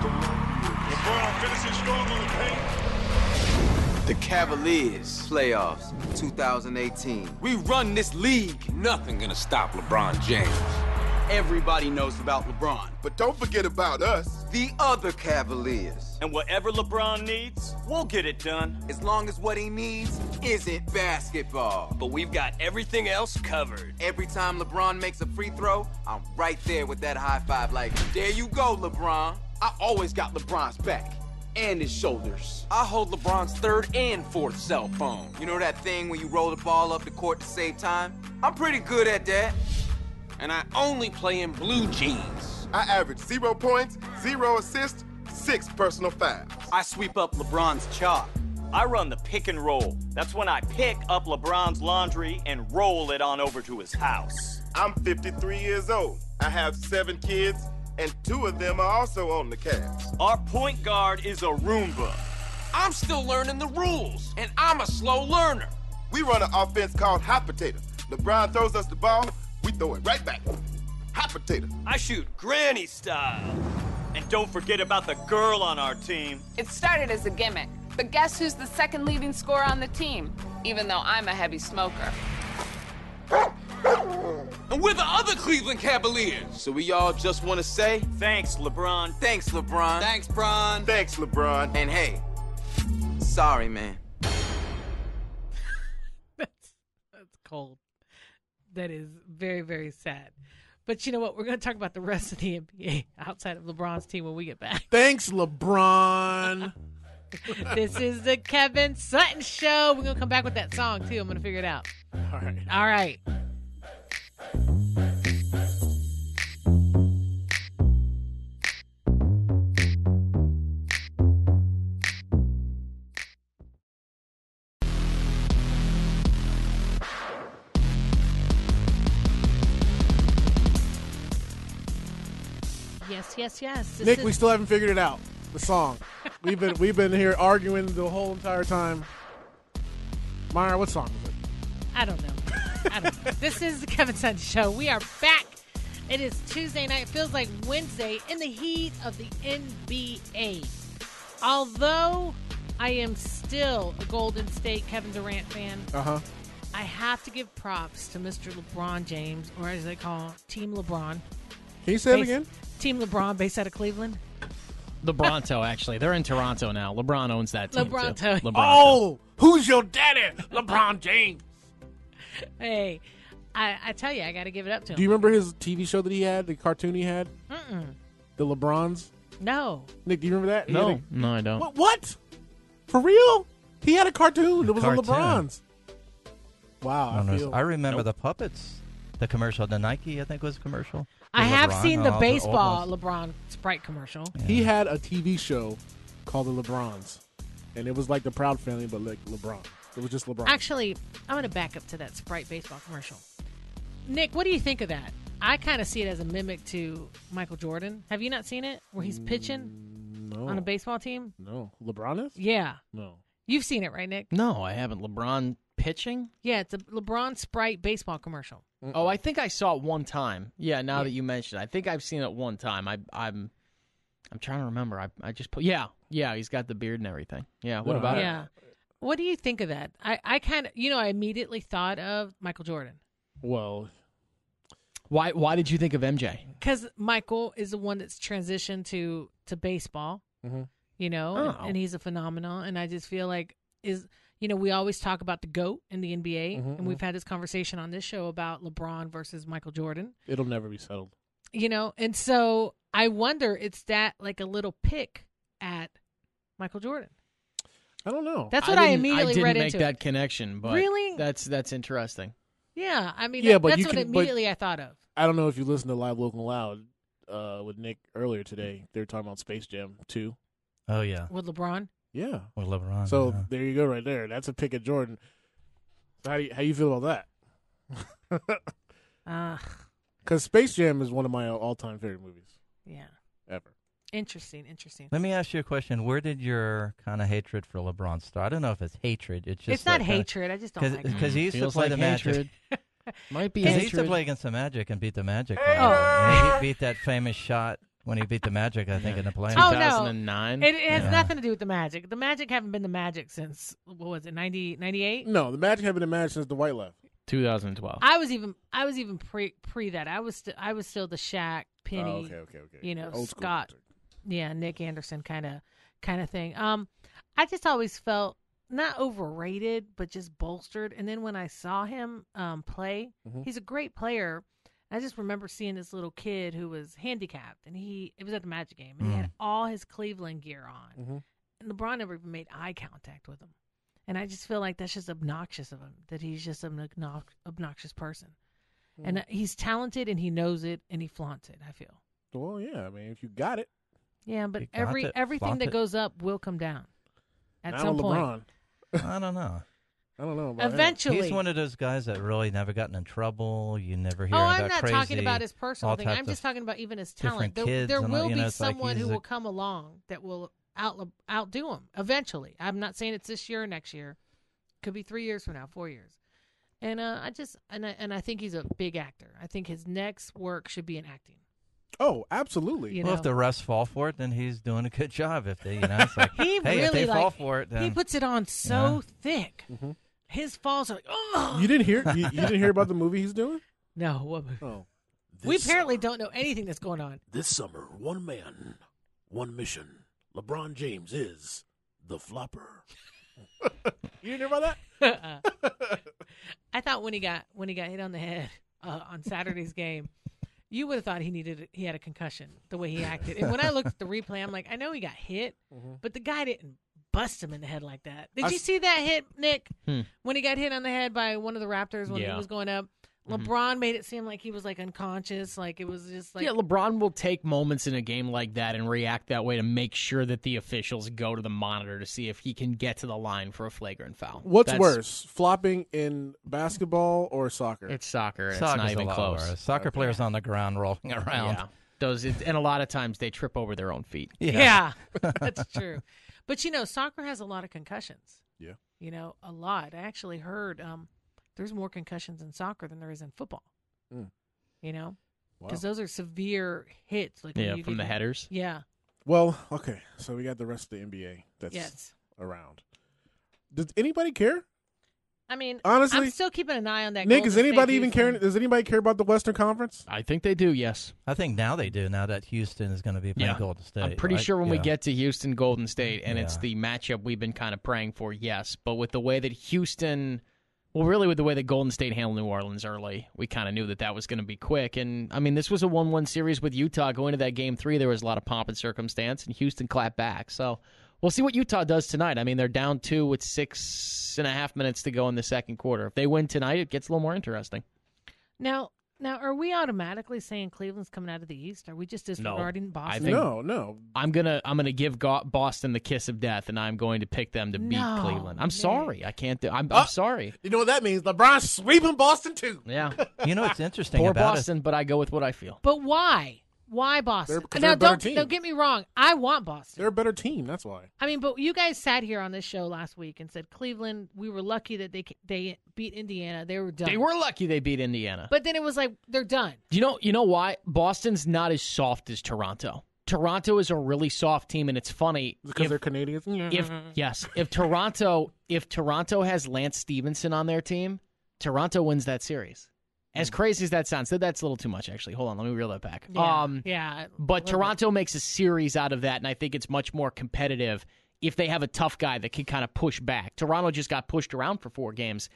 [SPEAKER 5] LeBron finishes strong on the paint.
[SPEAKER 6] The Cavaliers playoffs 2018.
[SPEAKER 7] We run this league. Nothing gonna stop LeBron James.
[SPEAKER 6] Everybody knows about LeBron, but
[SPEAKER 8] But don't forget about us.
[SPEAKER 6] the other Cavaliers,
[SPEAKER 5] And whatever LeBron needs, we'll get it done.
[SPEAKER 6] as long as what he needs isn't basketball.
[SPEAKER 5] But we've got everything else covered.
[SPEAKER 6] Every time LeBron makes a free throw, I'm right there with that high five like, there you go, LeBron.
[SPEAKER 8] I always got LeBron's back and his shoulders.
[SPEAKER 7] I hold LeBron's third and fourth cell phone.
[SPEAKER 6] You know that thing when you roll the ball up the court to save time? I'm pretty good at that.
[SPEAKER 7] And I only play in blue jeans.
[SPEAKER 9] I averaged zero points, zero assists, six personal fouls.
[SPEAKER 5] I sweep up LeBron's chalk. I run the pick and roll. That's when I pick up LeBron's laundry and roll it on over to his house.
[SPEAKER 9] I'm 53 years old. I have seven kids, and two of them are also on the Cavs.
[SPEAKER 5] Our point guard is a Roomba.
[SPEAKER 7] I'm still learning the rules, and I'm a slow learner.
[SPEAKER 9] We run an offense called hot potato. LeBron throws us the ball, we throw it right back. Hot potato.
[SPEAKER 5] I shoot granny style. And don't forget about the girl on our team.
[SPEAKER 10] It started as a gimmick, but guess who's the second leading scorer on the team? Even though I'm a heavy smoker.
[SPEAKER 7] And we're the other Cleveland Cavaliers.
[SPEAKER 6] So we all just want to say
[SPEAKER 5] Thanks, LeBron.
[SPEAKER 6] thanks, LeBron.
[SPEAKER 8] Thanks, Bron.
[SPEAKER 9] Thanks, LeBron.
[SPEAKER 6] And hey, sorry, man.
[SPEAKER 1] that's that's cold. That is very very sad. But you know what? We're going to talk about the rest of the NBA (laughs) outside of LeBron's team when we get back.
[SPEAKER 2] Thanks, (laughs) LeBron.
[SPEAKER 1] this is the Kevin Sutton Show. We're going to come back with that song too. I'm going to figure it out.
[SPEAKER 2] All right.
[SPEAKER 1] All right. Yes, yes, yes. This
[SPEAKER 2] Nick,
[SPEAKER 1] is-
[SPEAKER 2] we still haven't figured it out. The song. We've been we've been here arguing the whole entire time. Meyer, what song is it?
[SPEAKER 1] I don't know. I don't know. this is the Kevin Sutton Show. We are back. It is Tuesday night. Feels like Wednesday in the heat of the NBA. Although I am still a Golden State Kevin Durant fan,
[SPEAKER 2] Uh huh.
[SPEAKER 1] I have to give props to Mr. LeBron James, or as they call him, Team LeBron.
[SPEAKER 2] Can you say it
[SPEAKER 1] Based-
[SPEAKER 2] again?
[SPEAKER 1] Team LeBron, based out of Cleveland.
[SPEAKER 4] The Bronto, actually. They're in Toronto now. LeBron owns that team. too.
[SPEAKER 1] LeBronto.
[SPEAKER 4] LeBronto.
[SPEAKER 2] Oh, who's your daddy? LeBron James.
[SPEAKER 1] Hey, I, I tell you, I got to give it up to him.
[SPEAKER 2] Do you remember his TV show that he had, the cartoon he had? Mm-mm. The LeBrons?
[SPEAKER 1] no,
[SPEAKER 2] Nick, do you remember that? He had
[SPEAKER 4] No,
[SPEAKER 2] a-
[SPEAKER 4] no, I don't.
[SPEAKER 2] What? What? For real? He had a cartoon. It was on
[SPEAKER 3] Cartoon.
[SPEAKER 2] LeBron's. Wow,
[SPEAKER 3] I,
[SPEAKER 2] I feel.
[SPEAKER 3] remember the puppets. The commercial, the Nike, I think was a commercial.
[SPEAKER 1] I
[SPEAKER 3] With
[SPEAKER 1] have
[SPEAKER 3] LeBron
[SPEAKER 1] seen
[SPEAKER 2] Oh,
[SPEAKER 3] and
[SPEAKER 1] the
[SPEAKER 3] all old
[SPEAKER 1] baseball
[SPEAKER 3] ones.
[SPEAKER 1] LeBron Sprite commercial.
[SPEAKER 2] He had a TV show called The LeBrons, and it was like the Proud Family, but like LeBron. It was just LeBron.
[SPEAKER 1] Actually, I'm going to back up to that Sprite baseball commercial. Nick, what do you think of that? I kind of see it as a mimic to Michael Jordan. Have you not seen it? Where he's pitching
[SPEAKER 2] Mm, no,
[SPEAKER 1] on a baseball team?
[SPEAKER 2] no, LeBron is
[SPEAKER 1] Yeah.
[SPEAKER 2] no.
[SPEAKER 1] You've seen it, right, Nick?
[SPEAKER 4] No, I haven't. LeBron pitching?
[SPEAKER 1] Yeah, it's a LeBron Sprite baseball commercial.
[SPEAKER 4] Oh, I think I saw it one time. Yeah, now that you mention it, I think I've seen it one time. I, I'm, I'm trying to remember. I, I just put. Yeah, yeah. He's got the beard and everything. Yeah. What
[SPEAKER 2] No,
[SPEAKER 4] about
[SPEAKER 2] I-
[SPEAKER 4] it?
[SPEAKER 1] Yeah. What do you think of that? I, I kind of, you know, I immediately thought of Michael Jordan
[SPEAKER 2] Well,
[SPEAKER 4] Why? Why did you think of MJ?
[SPEAKER 1] because Michael is the one that's transitioned to to baseball,
[SPEAKER 3] Mm-hmm.
[SPEAKER 2] Mhm.
[SPEAKER 1] you know, and-
[SPEAKER 4] Oh.
[SPEAKER 1] and, he's a phenomenon. And I just feel like is you know we always talk about the goat in the NBA,
[SPEAKER 3] Mm-hmm,
[SPEAKER 2] Mhm,
[SPEAKER 1] and we've had this conversation on this show about LeBron versus Michael Jordan,
[SPEAKER 2] it'll never be settled.
[SPEAKER 1] you know, and so I wonder it's that like a little pick at Michael Jordan.
[SPEAKER 2] I don't know.
[SPEAKER 1] That's what I,
[SPEAKER 4] didn't-
[SPEAKER 1] immediately
[SPEAKER 4] I didn't
[SPEAKER 1] read
[SPEAKER 4] make
[SPEAKER 1] into. it.
[SPEAKER 4] that connection, but
[SPEAKER 1] Really?
[SPEAKER 4] that's
[SPEAKER 3] (laughs)
[SPEAKER 4] that's interesting.
[SPEAKER 1] Yeah, I mean,
[SPEAKER 2] Yeah,
[SPEAKER 1] that-
[SPEAKER 2] but
[SPEAKER 1] that's
[SPEAKER 2] you
[SPEAKER 1] what
[SPEAKER 2] can- but-
[SPEAKER 1] immediately I thought of.
[SPEAKER 2] I don't know if you listened to Live Local Loud uh, with Nick earlier today. They were talking about Space Jam 2.
[SPEAKER 3] Oh yeah,
[SPEAKER 1] With LeBron,
[SPEAKER 2] Yeah.
[SPEAKER 3] with LeBron.
[SPEAKER 2] So
[SPEAKER 3] Oh, yeah.
[SPEAKER 2] there you go, right there. That's a pick at Jordan. So how do you, how you feel about that?
[SPEAKER 1] uh,
[SPEAKER 2] Because Space Jam is one of my all time favorite movies
[SPEAKER 1] yeah,
[SPEAKER 2] ever.
[SPEAKER 1] interesting, interesting.
[SPEAKER 3] Let me ask you a question. Where did your kind of hatred for LeBron start? I don't know if it's hatred. It's just
[SPEAKER 1] it's not
[SPEAKER 3] like kinda-
[SPEAKER 1] hatred. I just don't like it.
[SPEAKER 3] Because he used to
[SPEAKER 4] Feels
[SPEAKER 3] play
[SPEAKER 4] like
[SPEAKER 3] the Magic. (laughs)
[SPEAKER 4] hatred. Might be
[SPEAKER 3] Because he used to
[SPEAKER 4] hatred.
[SPEAKER 3] play against the Magic and beat the Magic.
[SPEAKER 1] Oh.
[SPEAKER 3] Well. And he beat that famous shot when he beat the Magic, I think, in the playoffs.
[SPEAKER 1] Oh, no.
[SPEAKER 4] 2009.
[SPEAKER 2] Mm-hmm.
[SPEAKER 1] It, it has
[SPEAKER 3] Yeah.
[SPEAKER 1] nothing to do with the Magic. The Magic haven't been the Magic since what was it, 90, 98?
[SPEAKER 2] No, the Magic haven't been in match since the White left.
[SPEAKER 4] 2012.
[SPEAKER 1] I was even I was even pre pre that. I was st- I was still the Shaq, Penny,
[SPEAKER 2] Oh, okay, okay, okay.
[SPEAKER 1] you know,
[SPEAKER 2] Old school.
[SPEAKER 1] Scott. yeah, Nick Anderson kind of kind of thing. Um, I just always felt not overrated, but just bolstered. And then when I saw him um play,
[SPEAKER 2] Mhm.
[SPEAKER 1] he's a great player. I just remember seeing this little kid who was handicapped, and he it was at the Magic game, and he
[SPEAKER 2] Mm.
[SPEAKER 1] had all his Cleveland gear on,
[SPEAKER 2] Mhm.
[SPEAKER 1] and LeBron never even made eye contact with him. And I just feel like that's just obnoxious of him that he's just an obnox- obnoxious person, and uh, he's talented and he knows it and he flaunts it. I feel
[SPEAKER 2] Well, yeah. I mean, if you got it,
[SPEAKER 1] Yeah, but
[SPEAKER 2] You got
[SPEAKER 1] every
[SPEAKER 2] it.
[SPEAKER 1] everything
[SPEAKER 2] Flaunt
[SPEAKER 1] that
[SPEAKER 2] it.
[SPEAKER 1] goes up will come down at
[SPEAKER 2] Not
[SPEAKER 1] some
[SPEAKER 2] with
[SPEAKER 1] point.
[SPEAKER 2] LeBron.
[SPEAKER 3] I don't know.
[SPEAKER 2] I don't know.
[SPEAKER 1] about him. Eventually.
[SPEAKER 3] he's one of those guys that really never gotten in trouble. You never hear
[SPEAKER 1] Oh,
[SPEAKER 3] about
[SPEAKER 1] I'm not
[SPEAKER 3] crazy,
[SPEAKER 1] talking about his personal
[SPEAKER 3] all
[SPEAKER 1] thing.
[SPEAKER 3] types
[SPEAKER 1] I'm just
[SPEAKER 3] of
[SPEAKER 1] talking about even his
[SPEAKER 3] different
[SPEAKER 1] talent. There,
[SPEAKER 3] kids
[SPEAKER 1] there
[SPEAKER 3] and
[SPEAKER 1] will
[SPEAKER 3] all- you know,
[SPEAKER 1] be
[SPEAKER 3] it's like
[SPEAKER 1] someone who
[SPEAKER 3] he's a-
[SPEAKER 1] will come along that will out outdo him eventually. I'm not saying it's this year or next year. Could be three years from now, four years. And uh, I just and I, and I think he's a big actor. I think his next work should be in
[SPEAKER 3] (laughs)
[SPEAKER 1] acting.
[SPEAKER 2] Oh, absolutely.
[SPEAKER 1] you
[SPEAKER 3] well,
[SPEAKER 1] know.
[SPEAKER 3] if the refs fall for it, then he's doing a good job. If they, you know, it's like,
[SPEAKER 1] (laughs) He
[SPEAKER 3] hey,
[SPEAKER 1] really
[SPEAKER 3] if they
[SPEAKER 1] like,
[SPEAKER 3] fall for it, then
[SPEAKER 1] he puts it on so thick.
[SPEAKER 2] Mhm.
[SPEAKER 1] His falls are like, oh
[SPEAKER 2] You didn't hear. You, you didn't hear about the movie he's doing.
[SPEAKER 1] No, what movie?
[SPEAKER 2] Oh,
[SPEAKER 1] we apparently don't know anything that's going on.
[SPEAKER 11] This summer, one man, one mission. LeBron James is the flopper.
[SPEAKER 2] you didn't hear about
[SPEAKER 1] that? (laughs) I thought when he got when he got hit on the head uh, on Saturday's game, you would have thought he needed he had a concussion the way he acted. And when I looked at the replay, I'm like, I know he got hit, but the guy didn't bust him in the head like that. Did
[SPEAKER 10] Mm-hmm. I
[SPEAKER 1] you
[SPEAKER 10] s-
[SPEAKER 1] see that hit, Nick?
[SPEAKER 10] Hmm.
[SPEAKER 1] When he got hit on the head by one of the Raptors when
[SPEAKER 4] Yeah.
[SPEAKER 1] he was going up,
[SPEAKER 4] Mhm.
[SPEAKER 1] LeBron made it seem like he was like unconscious, like it was just like
[SPEAKER 4] yeah, LeBron will take moments in a game like that and react that way to make sure that the officials go to the monitor to see if he can get to the line for a flagrant foul.
[SPEAKER 2] What's
[SPEAKER 4] That's-
[SPEAKER 2] worse, flopping in basketball or soccer?
[SPEAKER 4] It's soccer. It's
[SPEAKER 3] Soccer's
[SPEAKER 4] not
[SPEAKER 3] a
[SPEAKER 4] even
[SPEAKER 3] lot
[SPEAKER 4] close.
[SPEAKER 3] worse. Soccer players on the ground rolling (laughs) around.
[SPEAKER 4] Yeah. Those it, and a lot of times they trip over their own feet.
[SPEAKER 2] (laughs)
[SPEAKER 1] Yeah, that's true. But you know, soccer has a lot of concussions.
[SPEAKER 2] Yeah.
[SPEAKER 1] You know, a lot. I actually heard um, there's more concussions in soccer than there is in football.
[SPEAKER 2] Mm.
[SPEAKER 1] You know,
[SPEAKER 2] Wow.
[SPEAKER 1] because those are severe hits. Like
[SPEAKER 4] Yeah,
[SPEAKER 1] you
[SPEAKER 4] from the
[SPEAKER 1] didn't-
[SPEAKER 4] headers.
[SPEAKER 1] Yeah.
[SPEAKER 2] Well, okay. So we got the rest of the NBA that's
[SPEAKER 1] Yes.
[SPEAKER 2] around. Does anybody care?
[SPEAKER 1] I mean,
[SPEAKER 2] Honestly,
[SPEAKER 1] I'm still keeping an eye on that.
[SPEAKER 2] Nick,
[SPEAKER 1] Golden
[SPEAKER 2] is
[SPEAKER 1] State
[SPEAKER 2] anybody even
[SPEAKER 1] Houston.
[SPEAKER 2] caring? Does anybody care about the Western Conference?
[SPEAKER 4] I think they do. Yes.
[SPEAKER 3] I think now they do. Now that Houston is going to be playing Golden State,
[SPEAKER 4] I'm pretty
[SPEAKER 3] right?
[SPEAKER 4] sure when we
[SPEAKER 3] Yeah.
[SPEAKER 4] get to Houston Golden State and it's
[SPEAKER 3] Yeah.
[SPEAKER 4] the matchup we've been kind of praying for, yes. But with the way that Houston well, really with the way that Golden State handled New Orleans early, we kind of knew that that was going to be quick. And I mean, this was a 1 1 series with Utah. Going to that game three, there was a lot of pomp and circumstance, and Houston clapped back. So we'll see what Utah does tonight. I mean, they're down two with six and a half minutes to go in the second quarter. If they win tonight, it gets a little more interesting.
[SPEAKER 1] Now, now, are we automatically saying Cleveland's coming out of the East? Are we just disregarding
[SPEAKER 4] I
[SPEAKER 1] Boston?
[SPEAKER 4] think-
[SPEAKER 2] no.
[SPEAKER 4] I'm gonna I'm gonna give Go- Boston the kiss of death, and I'm going to pick them to beat
[SPEAKER 1] No,
[SPEAKER 4] Cleveland. I'm
[SPEAKER 1] Nick.
[SPEAKER 4] sorry, I can't do. I'm, I'm sorry.
[SPEAKER 2] You know what that means? LeBron sweeping Boston too.
[SPEAKER 4] Yeah.
[SPEAKER 3] You know what's interesting
[SPEAKER 4] Poor
[SPEAKER 3] about it-
[SPEAKER 4] Boston, but I go with what I feel.
[SPEAKER 1] But why? Why Boston?
[SPEAKER 2] 'cause they're
[SPEAKER 1] now,
[SPEAKER 2] a better
[SPEAKER 1] don't
[SPEAKER 2] team.
[SPEAKER 1] don't get me wrong. I want Boston.
[SPEAKER 2] They're a better team. That's why.
[SPEAKER 1] I mean, but you guys sat here on this show last week and said Cleveland. We were lucky that they they beat Indiana. They were done.
[SPEAKER 4] They were lucky they beat Indiana.
[SPEAKER 1] But then it was like they're done.
[SPEAKER 4] you know you know why Boston's not as soft as Toronto. Toronto is a really soft team, and it's funny
[SPEAKER 2] Because
[SPEAKER 4] if-
[SPEAKER 2] they're Canadians.
[SPEAKER 4] if yes, if Toronto if Toronto has Lance Stevenson on their team, Toronto wins that series.
[SPEAKER 1] Mm.
[SPEAKER 4] As crazy as that sounds, that- that's a little too much actually. Hold on, let me reel that back.
[SPEAKER 1] Yeah,
[SPEAKER 4] um,
[SPEAKER 1] yeah.
[SPEAKER 4] but Toronto makes a series out of that, and I think it's much more competitive if they have a tough guy that can kind of push back. Toronto just got pushed around for four games.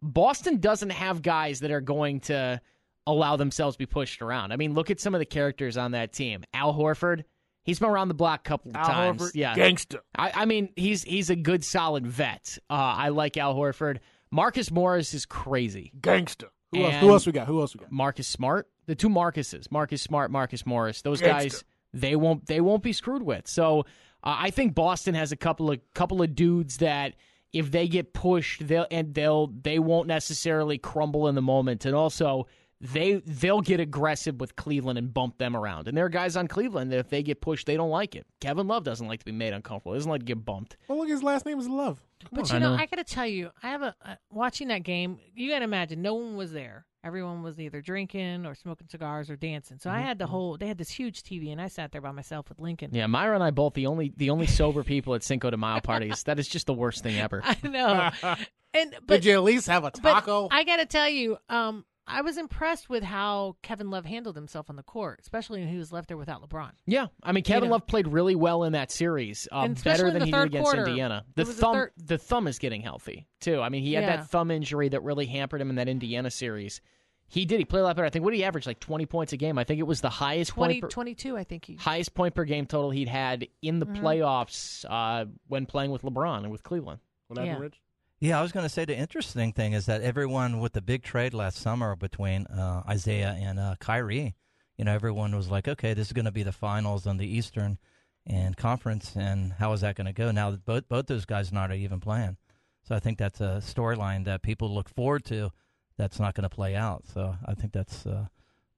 [SPEAKER 4] Boston doesn't have guys that are going to allow themselves to be pushed around. I mean, look at some of the characters on that team. Al Horford, he's been around the block a couple of
[SPEAKER 11] Al
[SPEAKER 4] times.
[SPEAKER 11] Horford,
[SPEAKER 4] yeah,
[SPEAKER 11] gangsta.
[SPEAKER 4] I, I mean, he's he's a good, solid vet. Uh, I like Al Horford. Marcus Morris is crazy.
[SPEAKER 11] Gangster.
[SPEAKER 2] Who else? Who else we got? Who else we got?
[SPEAKER 4] Marcus Smart, the two Marcuses, Marcus Smart, Marcus Morris. Those
[SPEAKER 2] Gangster.
[SPEAKER 4] guys, they won't they won't be screwed with. So uh, I think Boston has a couple of couple of dudes that if they get pushed, they'll and they'll they won't necessarily crumble in the moment. And also they they'll get aggressive with Cleveland and bump them around. And there are guys on Cleveland that if they get pushed, they don't like it. Kevin Love doesn't like to be made uncomfortable. He doesn't like to get bumped.
[SPEAKER 2] Well, look, his last name is Love. Come
[SPEAKER 1] But
[SPEAKER 2] on.
[SPEAKER 1] you know, I gotta tell you, I have a uh, watching that game. You gotta imagine no one was there. Everyone was either drinking or smoking cigars or dancing. So I
[SPEAKER 4] Mhm,
[SPEAKER 1] had the whole. They had this huge TV, and I sat there by myself with Lincoln.
[SPEAKER 4] Yeah, Myra and I both the only the only sober people at Cinco de Mayo parties. That is just the worst thing ever.
[SPEAKER 1] (laughs) I know. and but
[SPEAKER 2] Did you at least have a taco?
[SPEAKER 1] But I got to tell you, um, I was impressed with how Kevin Love handled himself on the court, especially when he was left there without LeBron.
[SPEAKER 4] Yeah, I mean
[SPEAKER 1] You
[SPEAKER 4] Kevin
[SPEAKER 1] know.
[SPEAKER 4] Love played really well in that series, uh,
[SPEAKER 1] And especially
[SPEAKER 4] better
[SPEAKER 1] in
[SPEAKER 4] than
[SPEAKER 1] the
[SPEAKER 4] he did
[SPEAKER 1] third
[SPEAKER 4] against
[SPEAKER 1] quarter.
[SPEAKER 4] Indiana.
[SPEAKER 1] It
[SPEAKER 4] The
[SPEAKER 1] was the
[SPEAKER 4] thumb,
[SPEAKER 1] third-
[SPEAKER 4] the thumb is getting healthy too. I mean, he had
[SPEAKER 1] Yeah.
[SPEAKER 4] that thumb injury that really hampered him in that Indiana series. He did. He played a lot better. I think what did he average like twenty points a game. I think it was the highest
[SPEAKER 1] 20,
[SPEAKER 4] point per,
[SPEAKER 1] 22, I think he.
[SPEAKER 4] highest point per game total he'd had in the
[SPEAKER 1] Mhm.
[SPEAKER 4] playoffs uh, when playing with LeBron and with Cleveland.
[SPEAKER 2] What happened,
[SPEAKER 1] Yeah.
[SPEAKER 2] Rich?
[SPEAKER 3] Yeah, I was going to say the interesting thing is that everyone with the big trade last summer between uh, Isaiah and uh, Kyrie, you know, everyone was like, okay, this is going to be the finals on the Eastern and conference, and how is that going to go? Now that both both those guys not even playing, so I think that's a storyline that people look forward to. That's not going to play out. So I think that's, uh,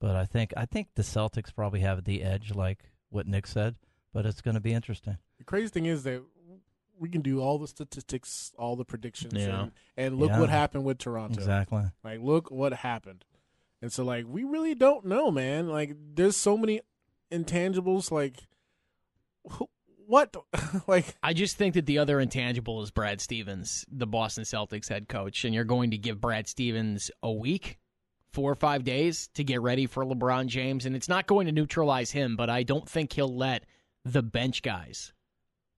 [SPEAKER 3] but I think I think the Celtics probably have the edge, like what Nick said. But it's going to be interesting.
[SPEAKER 2] The crazy thing is that we can do all the statistics, all the predictions,
[SPEAKER 3] Yeah.
[SPEAKER 2] and, and look
[SPEAKER 3] Yeah.
[SPEAKER 2] what happened with Toronto.
[SPEAKER 3] Exactly.
[SPEAKER 2] Like, look what happened. And so, like, we really don't know, man. Like, there's so many intangibles. Like, wh- what? (laughs) like,
[SPEAKER 4] I just think that the other intangible is Brad Stevens, the Boston Celtics head coach, and you're going to give Brad Stevens a week, four or five days to get ready for LeBron James, and it's not going to neutralize him, but I don't think he'll let the bench guys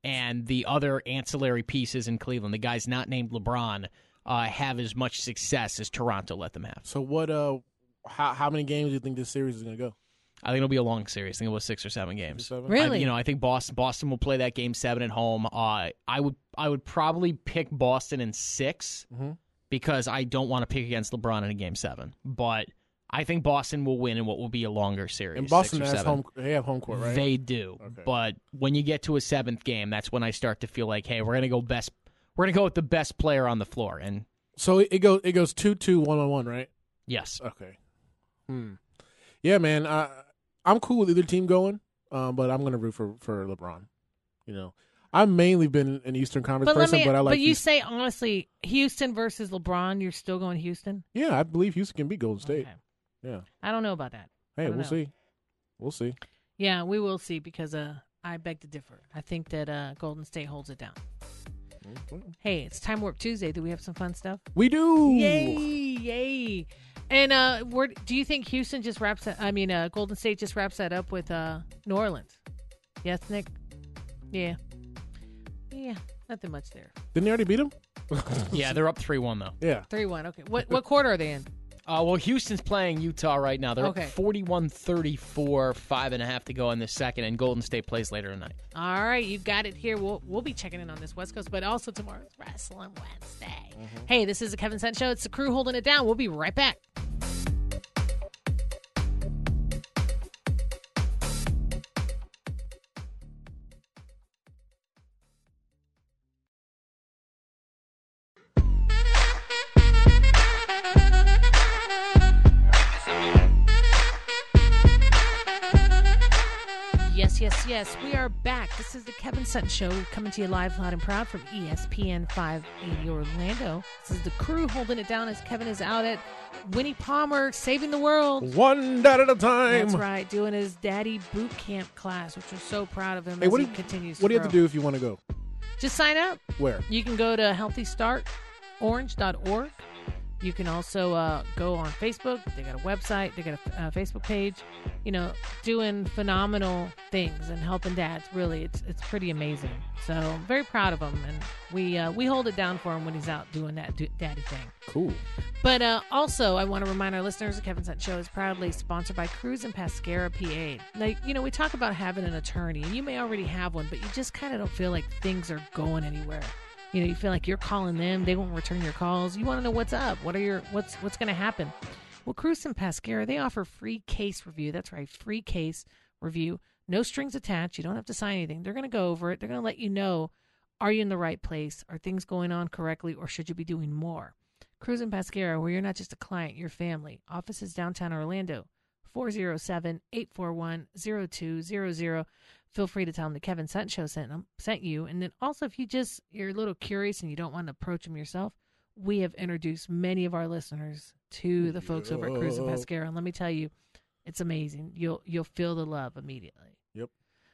[SPEAKER 4] and the other ancillary pieces in Cleveland, the guys not named LeBron, uh, have as much success as Toronto let them have.
[SPEAKER 2] so what? Uh, how how many games do you think this series is gonna go?
[SPEAKER 4] I think it'll be a long series. I think it was six or seven games.
[SPEAKER 2] seven?
[SPEAKER 4] I,
[SPEAKER 2] Really?
[SPEAKER 4] you know, I think Boston Boston will play that game seven at home. Uh, I would I would probably pick Boston in 6
[SPEAKER 2] Mhm.
[SPEAKER 4] because I don't want to pick against LeBron in a game seven. But I think Boston will win in what will be a longer series.
[SPEAKER 2] And Boston
[SPEAKER 4] six or
[SPEAKER 2] has
[SPEAKER 4] seven.
[SPEAKER 2] home. They have home court, right?
[SPEAKER 4] They do. But when you get to a seventh game, that's when I start to feel like, hey, we're gonna go best. We're gonna go with the best player on the floor. And
[SPEAKER 2] So it it goes it goes two two one on one, right? (laughs)
[SPEAKER 4] yes,
[SPEAKER 2] Okay. Hmm. Yeah, man. I I'm cool with either team going, um, but I'm gonna root for for LeBron. You know, I've mainly been an Eastern Conference
[SPEAKER 1] But let
[SPEAKER 2] person,
[SPEAKER 1] me.
[SPEAKER 2] but
[SPEAKER 1] But,
[SPEAKER 2] I like.
[SPEAKER 1] you
[SPEAKER 2] Houston.
[SPEAKER 1] say honestly, Houston versus LeBron, you're still going Houston.
[SPEAKER 2] yeah, I believe Houston can beat Golden State. Yeah.
[SPEAKER 1] I don't know about that. I
[SPEAKER 2] Hey,
[SPEAKER 1] don't
[SPEAKER 2] we'll
[SPEAKER 1] know.
[SPEAKER 2] see. We'll see.
[SPEAKER 1] Yeah, we will see because uh, I beg to differ. I think that uh, Golden State holds it down. Hey, it's Time Warp Tuesday. Do we have some fun stuff?
[SPEAKER 2] We do.
[SPEAKER 1] Yay, yay! And uh, where do you think Houston just wraps? That, I mean, uh, Golden State just wraps that up with uh, New Orleans. Yes, Nick. Yeah, yeah. Nothing much there.
[SPEAKER 2] Didn't they already beat him?
[SPEAKER 4] yeah, they're up three one though.
[SPEAKER 2] Yeah.
[SPEAKER 1] Three one. Okay. What what quarter are they in?
[SPEAKER 4] Uh, well, Houston's playing Utah right now. They're
[SPEAKER 1] Okay.
[SPEAKER 4] up 41 34, five and a half to go in the second, and Golden State plays later tonight.
[SPEAKER 1] All right, you got it here. We'll we'll be checking in on this West Coast, but also tomorrow's Wrestling Wednesday. Hey, this is the Kevin Sent Show. It's the crew holding it down. We'll be right back. Yes, yes, yes. We are back. This is the Kevin Sutton Show coming to you live, loud, and proud from E ESPN 580 Orlando. This is the crew holding it down as Kevin is out at Winnie Palmer saving the world.
[SPEAKER 2] One dad at a time.
[SPEAKER 1] That's right, doing his daddy boot camp class, which we're so proud of him
[SPEAKER 2] Hey,
[SPEAKER 1] as
[SPEAKER 2] what do
[SPEAKER 1] he
[SPEAKER 2] you,
[SPEAKER 1] continues
[SPEAKER 2] What
[SPEAKER 1] to
[SPEAKER 2] do you have to
[SPEAKER 1] grow.
[SPEAKER 2] do if you want to go?
[SPEAKER 1] Just sign up.
[SPEAKER 2] Where?
[SPEAKER 1] You can go to healthystartorange.org. You can also uh, go on Facebook. They got a website, they got a uh, Facebook page. You know, doing phenomenal things and helping dads. Really, it's it's pretty amazing. So I'm very proud of him, and we uh, we hold it down for him when he's out doing that do- daddy thing.
[SPEAKER 2] Cool.
[SPEAKER 1] But uh, also, I want to remind our listeners the Kevin Sent Show is proudly sponsored by Cruz and Pascara PA. Now, you know, we talk about having an attorney, and you may already have one, but you just kind of don't feel like things are going anywhere. You know, you feel like you're calling them, they won't return your calls. You want to know what's up. What are your what's what's going to happen? Well, Cruz and Pascara, they offer free case review. That's right, free case review. No strings attached. You don't have to sign anything. They're going to go over it. They're going to let you know are you in the right place? Are things going on correctly or should you be doing more? Cruz and Pascara, where you're not just a client, you're family. Offices downtown Orlando, 407 841 0200. Feel free to tell them the Kevin Sent Show sent, 'em- sent you. And then also, if you just, you're a little curious and you don't want to approach them yourself, we have introduced many of our listeners to the folks over at Cruz and
[SPEAKER 12] Yo.
[SPEAKER 1] Pascara. And let me tell you, it's amazing. You'll you'll feel the love immediately.
[SPEAKER 2] Yep.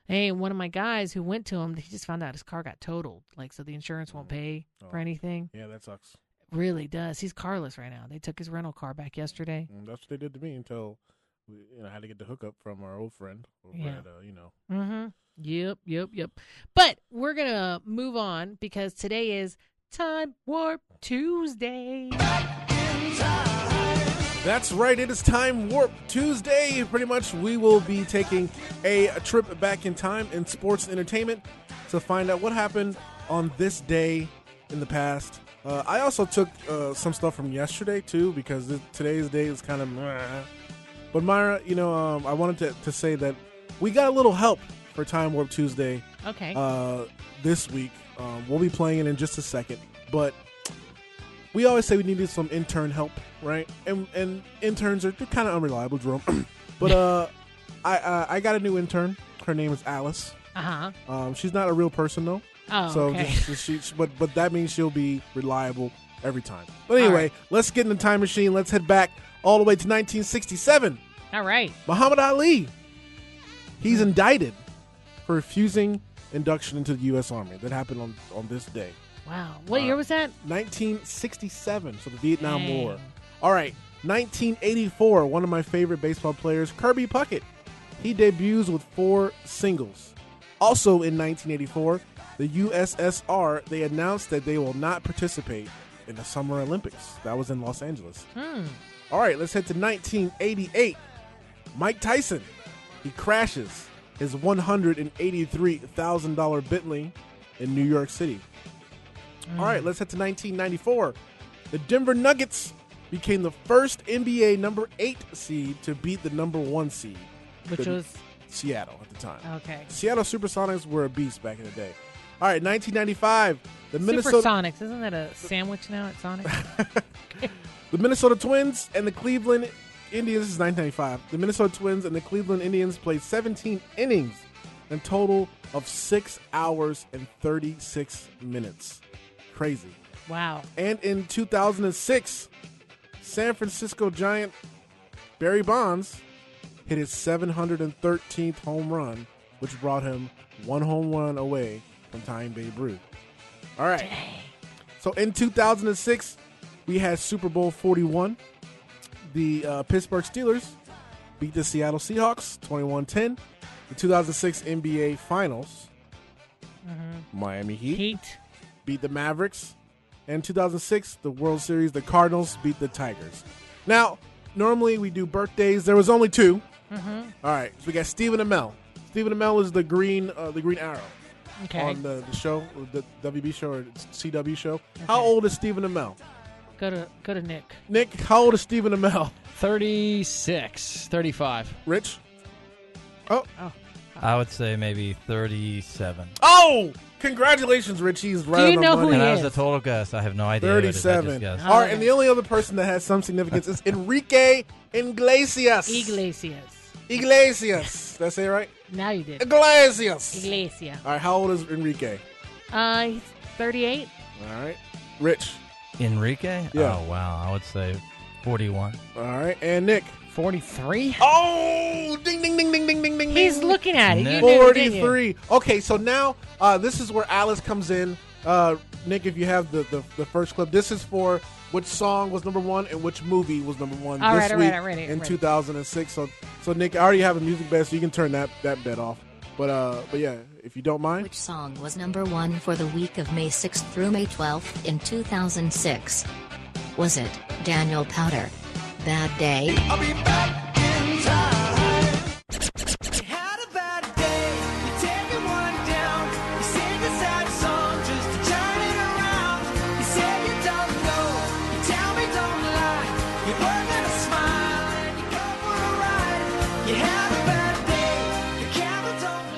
[SPEAKER 1] Hey, and one of my guys who went to him, he just found out his car got totaled. Like, so the insurance won't pay for anything.
[SPEAKER 2] Yeah, that sucks.
[SPEAKER 1] Really does. He's carless right now. They took his rental car back yesterday.
[SPEAKER 2] Mm, That's what they did to me until we, you know, I had to get the hookup from our old friend. over
[SPEAKER 1] Yeah.
[SPEAKER 2] at, uh, you know.
[SPEAKER 1] Mm-hmm. Yep, yep, yep. But we're gonna move on because today is Time Warp Tuesday.
[SPEAKER 2] That's right. It is Time Warp Tuesday. Pretty much, we will be taking a trip back in time in sports and entertainment to find out what happened on this day in the past. Uh, I also took uh, some stuff from yesterday too because th- today's day is kind of But Myra, you know, um, I wanted to, to say that we got a little help for Time Warp Tuesday.
[SPEAKER 1] Okay.
[SPEAKER 2] Uh, this week, um, we'll be playing it in just a second. But we always say we needed some intern help, right? And and interns are they're kind of unreliable, Jerome. (clears throat) but uh, I uh, I got a new intern. Her name is Alice.
[SPEAKER 1] Uh-huh.
[SPEAKER 2] Um, she's not a real person though.
[SPEAKER 1] Oh,
[SPEAKER 2] so
[SPEAKER 1] okay.
[SPEAKER 2] just- she, she- but but that means she'll be reliable every time. But anyway, let's get in the time machine. Let's head back all the way to 1967.
[SPEAKER 1] (laughs) All right.
[SPEAKER 2] Muhammad Ali. He's indicted for refusing induction into the U.S. Army. That happened on, on this day.
[SPEAKER 1] Wow.
[SPEAKER 2] Uh,
[SPEAKER 1] What year was that?
[SPEAKER 2] 1967, so the Vietnam
[SPEAKER 1] Dang.
[SPEAKER 2] War. All right, 1984, one of my favorite baseball players, Kirby Puckett. He debuts with four singles. Also in 1984, the USSR, they announced that they will not participate in the Summer Olympics. That was in Los Angeles.
[SPEAKER 1] Hmm.
[SPEAKER 2] All right, let's head to 1988. Mike Tyson, he crashes his $183,000 Bentley in New York City. All right, let's head to 1994. The Denver Nuggets became the first NBA number eight seed to beat the number one seed,
[SPEAKER 1] Which
[SPEAKER 2] the-
[SPEAKER 1] was-
[SPEAKER 2] Seattle at the time.
[SPEAKER 1] Okay.
[SPEAKER 2] Seattle Supersonics were a beast back in the day. All right, 1995. The Minnesota
[SPEAKER 1] Supersonics. Isn't that a sandwich now at Sonic?
[SPEAKER 2] (laughs) The Minnesota Twins and the Cleveland Indians, this is 1995. The Minnesota Twins and the Cleveland Indians played 17 innings in a total of 6 hours and 36 minutes. Crazy.
[SPEAKER 1] Wow.
[SPEAKER 2] And in 2006, San Francisco Giant Barry Bonds hit his 713th home run, which brought him one home run away from tying Babe Ruth. All right. So in 2006, we had Super Bowl 41. The uh, Pittsburgh Steelers beat the Seattle Seahawks 21 10. The 2006 NBA Finals, Miami Heat, beat the Mavericks. And 2006, the World Series, the Cardinals beat the Tigers. Now, normally we do birthdays. There was only two.
[SPEAKER 1] Mm-hmm.
[SPEAKER 2] All right, so we got Stephen Amell. Stephen Amell is the green, uh, the Green Arrow
[SPEAKER 1] Okay.
[SPEAKER 2] on the, the show, the WB show or CW show. How old is Stephen Amell?
[SPEAKER 1] Go to go to Nick.
[SPEAKER 2] Nick, how old is Stephen Amell? (laughs)
[SPEAKER 4] 36, 35.
[SPEAKER 2] Rich? Oh.
[SPEAKER 3] I would say maybe 37.
[SPEAKER 2] Oh, congratulations, Rich. He's right. on the money.
[SPEAKER 3] and that was a total guess. I have no idea. who it is. I just
[SPEAKER 2] 37.
[SPEAKER 3] guessed.
[SPEAKER 2] All right, and the only other person that has some significance is Enrique Iglesias.
[SPEAKER 1] Iglesias.
[SPEAKER 2] Iglesias. Did I say it right?
[SPEAKER 1] Now you
[SPEAKER 2] (laughs)
[SPEAKER 1] did.
[SPEAKER 2] Iglesias.
[SPEAKER 1] Iglesia.
[SPEAKER 2] All right, how old is Enrique?
[SPEAKER 1] Uh, he's 38.
[SPEAKER 2] All right. Rich.
[SPEAKER 3] Enrique?
[SPEAKER 2] Yeah.
[SPEAKER 3] Oh, wow. I would say 41.
[SPEAKER 2] All right, and Nick.
[SPEAKER 4] 43.
[SPEAKER 2] Oh, ding, ding, ding, ding, ding, ding, ding.
[SPEAKER 1] He's looking at it. You knew, didn't you?
[SPEAKER 2] 43. Okay, so now uh, this is where Alice comes in. Uh, Nick, if you have the, the, the first clip, this is for which song was number one and which movie was number one
[SPEAKER 1] All
[SPEAKER 2] this
[SPEAKER 1] right, all right,
[SPEAKER 2] week
[SPEAKER 1] I'm ready, I'm
[SPEAKER 2] in
[SPEAKER 1] ready.
[SPEAKER 2] 2006. So, so Nick, I already have a music bed, so you can turn that, that bed off. But uh, but yeah, if you don't mind.
[SPEAKER 12] Which song was number one for the week of May 6th through May 12th in 2006? Was it Daniel Powder? Bad Day?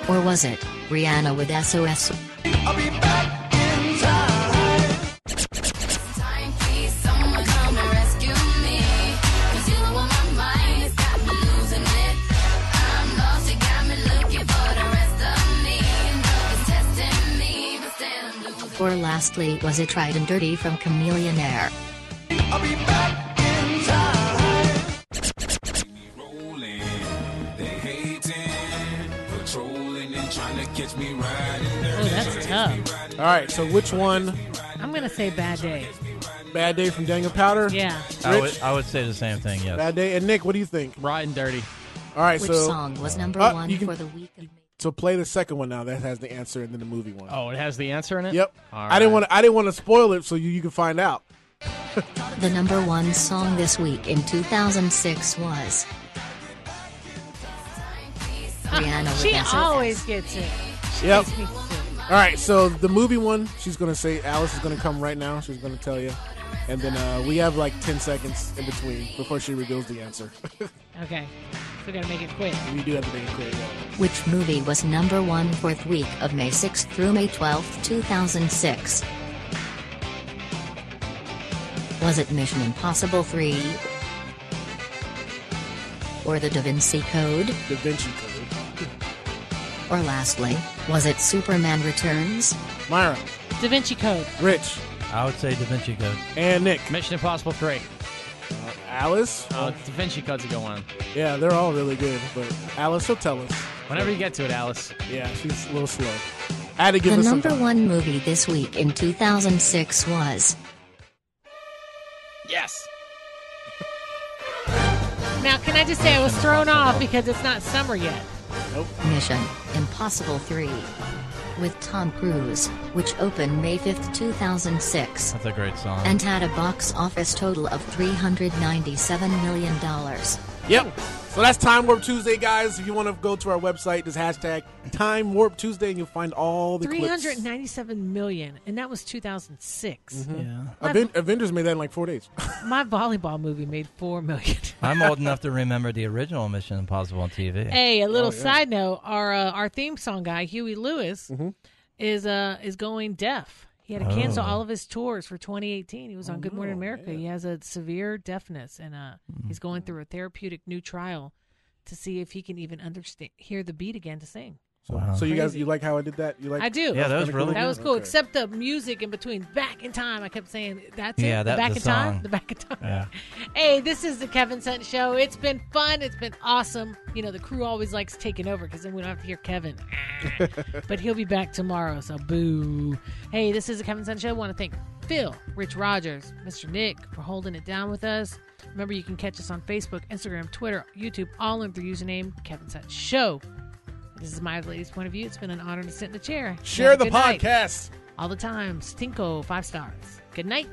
[SPEAKER 12] Or was it Rihanna with SOS? Or lastly, was it Tried and Dirty from Chameleon Air?
[SPEAKER 1] Oh, that's tough.
[SPEAKER 2] All right, so which one?
[SPEAKER 1] I'm gonna say bad day.
[SPEAKER 2] Bad Day from Daniel Powder?
[SPEAKER 1] Yeah.
[SPEAKER 3] I
[SPEAKER 2] Rich?
[SPEAKER 3] would, I would say the same thing, yes.
[SPEAKER 2] Bad Day. And Nick, what do you think?
[SPEAKER 4] Right and Dirty.
[SPEAKER 2] All right,
[SPEAKER 12] Which
[SPEAKER 2] so.
[SPEAKER 12] song was number
[SPEAKER 2] Uh,
[SPEAKER 12] one
[SPEAKER 2] you can-
[SPEAKER 12] for the week of
[SPEAKER 2] So play the second one now. That has the answer, and then the movie one.
[SPEAKER 4] Oh, it has the answer in it?
[SPEAKER 2] Yep.
[SPEAKER 4] All
[SPEAKER 2] I didn't
[SPEAKER 4] right.
[SPEAKER 2] want to. I didn't want to spoil it, so you, you can find out.
[SPEAKER 12] The number one song this week in 2006 was. Rihanna with
[SPEAKER 1] she
[SPEAKER 12] SOS.
[SPEAKER 1] always gets it. She
[SPEAKER 2] Yep.
[SPEAKER 1] makes me sick.
[SPEAKER 2] All right, so the movie one, she's gonna say Alice is gonna come right now. She's gonna tell you, and then uh, we have like ten seconds in between before she reveals the answer. (laughs)
[SPEAKER 1] Okay. So we gotta make it quick.
[SPEAKER 2] we do have to make it clear. yeah.
[SPEAKER 12] Which movie was number one fourth week of May 6 through May 12, 2006? Was it Mission Impossible 3? Or The Da Vinci Code?
[SPEAKER 2] Da Vinci Code.
[SPEAKER 12] Or lastly, was it Superman Returns?
[SPEAKER 2] Myra.
[SPEAKER 1] Da Vinci Code.
[SPEAKER 2] Rich.
[SPEAKER 3] I would say Da Vinci Code.
[SPEAKER 2] And Nick.
[SPEAKER 4] Mission Impossible 3.
[SPEAKER 2] Alice?
[SPEAKER 4] Uh, Da Vinci Code's a good one.
[SPEAKER 2] Yeah, they're all really good, but Alice will tell us.
[SPEAKER 4] Whenever you get to it, Alice.
[SPEAKER 2] Yeah, she's a little slow. I had to give
[SPEAKER 12] The
[SPEAKER 2] us some
[SPEAKER 12] number
[SPEAKER 2] time.
[SPEAKER 12] one movie this week in 2006 was.
[SPEAKER 4] Yes.
[SPEAKER 1] Now, can I just say I was thrown off because it's not summer yet.
[SPEAKER 12] Mission Impossible 3 with Tom Cruise, which opened May 5, 2006,
[SPEAKER 3] That's a great song.
[SPEAKER 12] and had a box office total of $397 million.
[SPEAKER 2] Yep. So that's Time Warp Tuesday, guys. If you want to go to our website, just hashtag Time Warp Tuesday, and you'll find all the
[SPEAKER 1] Three
[SPEAKER 2] clips.
[SPEAKER 1] hundred ninety-seven million, and that was two thousand six. My,
[SPEAKER 2] Aven- Avengers made that in like four days.
[SPEAKER 1] my volleyball movie made four million. (laughs)
[SPEAKER 3] I'm old enough to remember the original Mission Impossible on TV.
[SPEAKER 1] Hey, a little
[SPEAKER 3] Oh, yeah.
[SPEAKER 1] side note: our uh, our theme song guy Huey Lewis is uh is going deaf. He had to cancel
[SPEAKER 3] Mm-hmm. Oh.
[SPEAKER 1] all of his tours for 2018. He was on Good Morning America. He has a severe deafness, and uh, he's
[SPEAKER 3] Mm-hmm.
[SPEAKER 1] going through a therapeutic new trial to see if he can even understand hear the beat again to sing.
[SPEAKER 2] So, so you guys, you like how I did that? You like?
[SPEAKER 1] I do.
[SPEAKER 2] That's kinda
[SPEAKER 3] Oh,
[SPEAKER 1] That was cool.
[SPEAKER 2] Okay.
[SPEAKER 1] Except the music in between. Back in time. I kept saying that's
[SPEAKER 3] Yeah,
[SPEAKER 1] it.
[SPEAKER 3] that-
[SPEAKER 1] the back
[SPEAKER 3] the
[SPEAKER 1] in time.
[SPEAKER 3] song.
[SPEAKER 1] The back in time. (laughs) Hey, this is the Kevin Sent Show. It's been fun. It's been awesome. You know, the crew always likes taking over because then we don't have to hear Kevin. Ah. but he'll be back tomorrow, so boo. Hey, this is the Kevin Sent Show. I want to thank Phil, Rich Rogers, Mr. Nick for holding it down with us. Remember, you can catch us on Facebook, Instagram, Twitter, YouTube, all under the username Kevin Sent Show. This is my lady's point of view. It's been an honor to sit in the chair.
[SPEAKER 2] Share
[SPEAKER 1] Have a
[SPEAKER 2] the
[SPEAKER 1] good night.
[SPEAKER 2] podcast.
[SPEAKER 1] All the time. Stinko, five stars. Good night.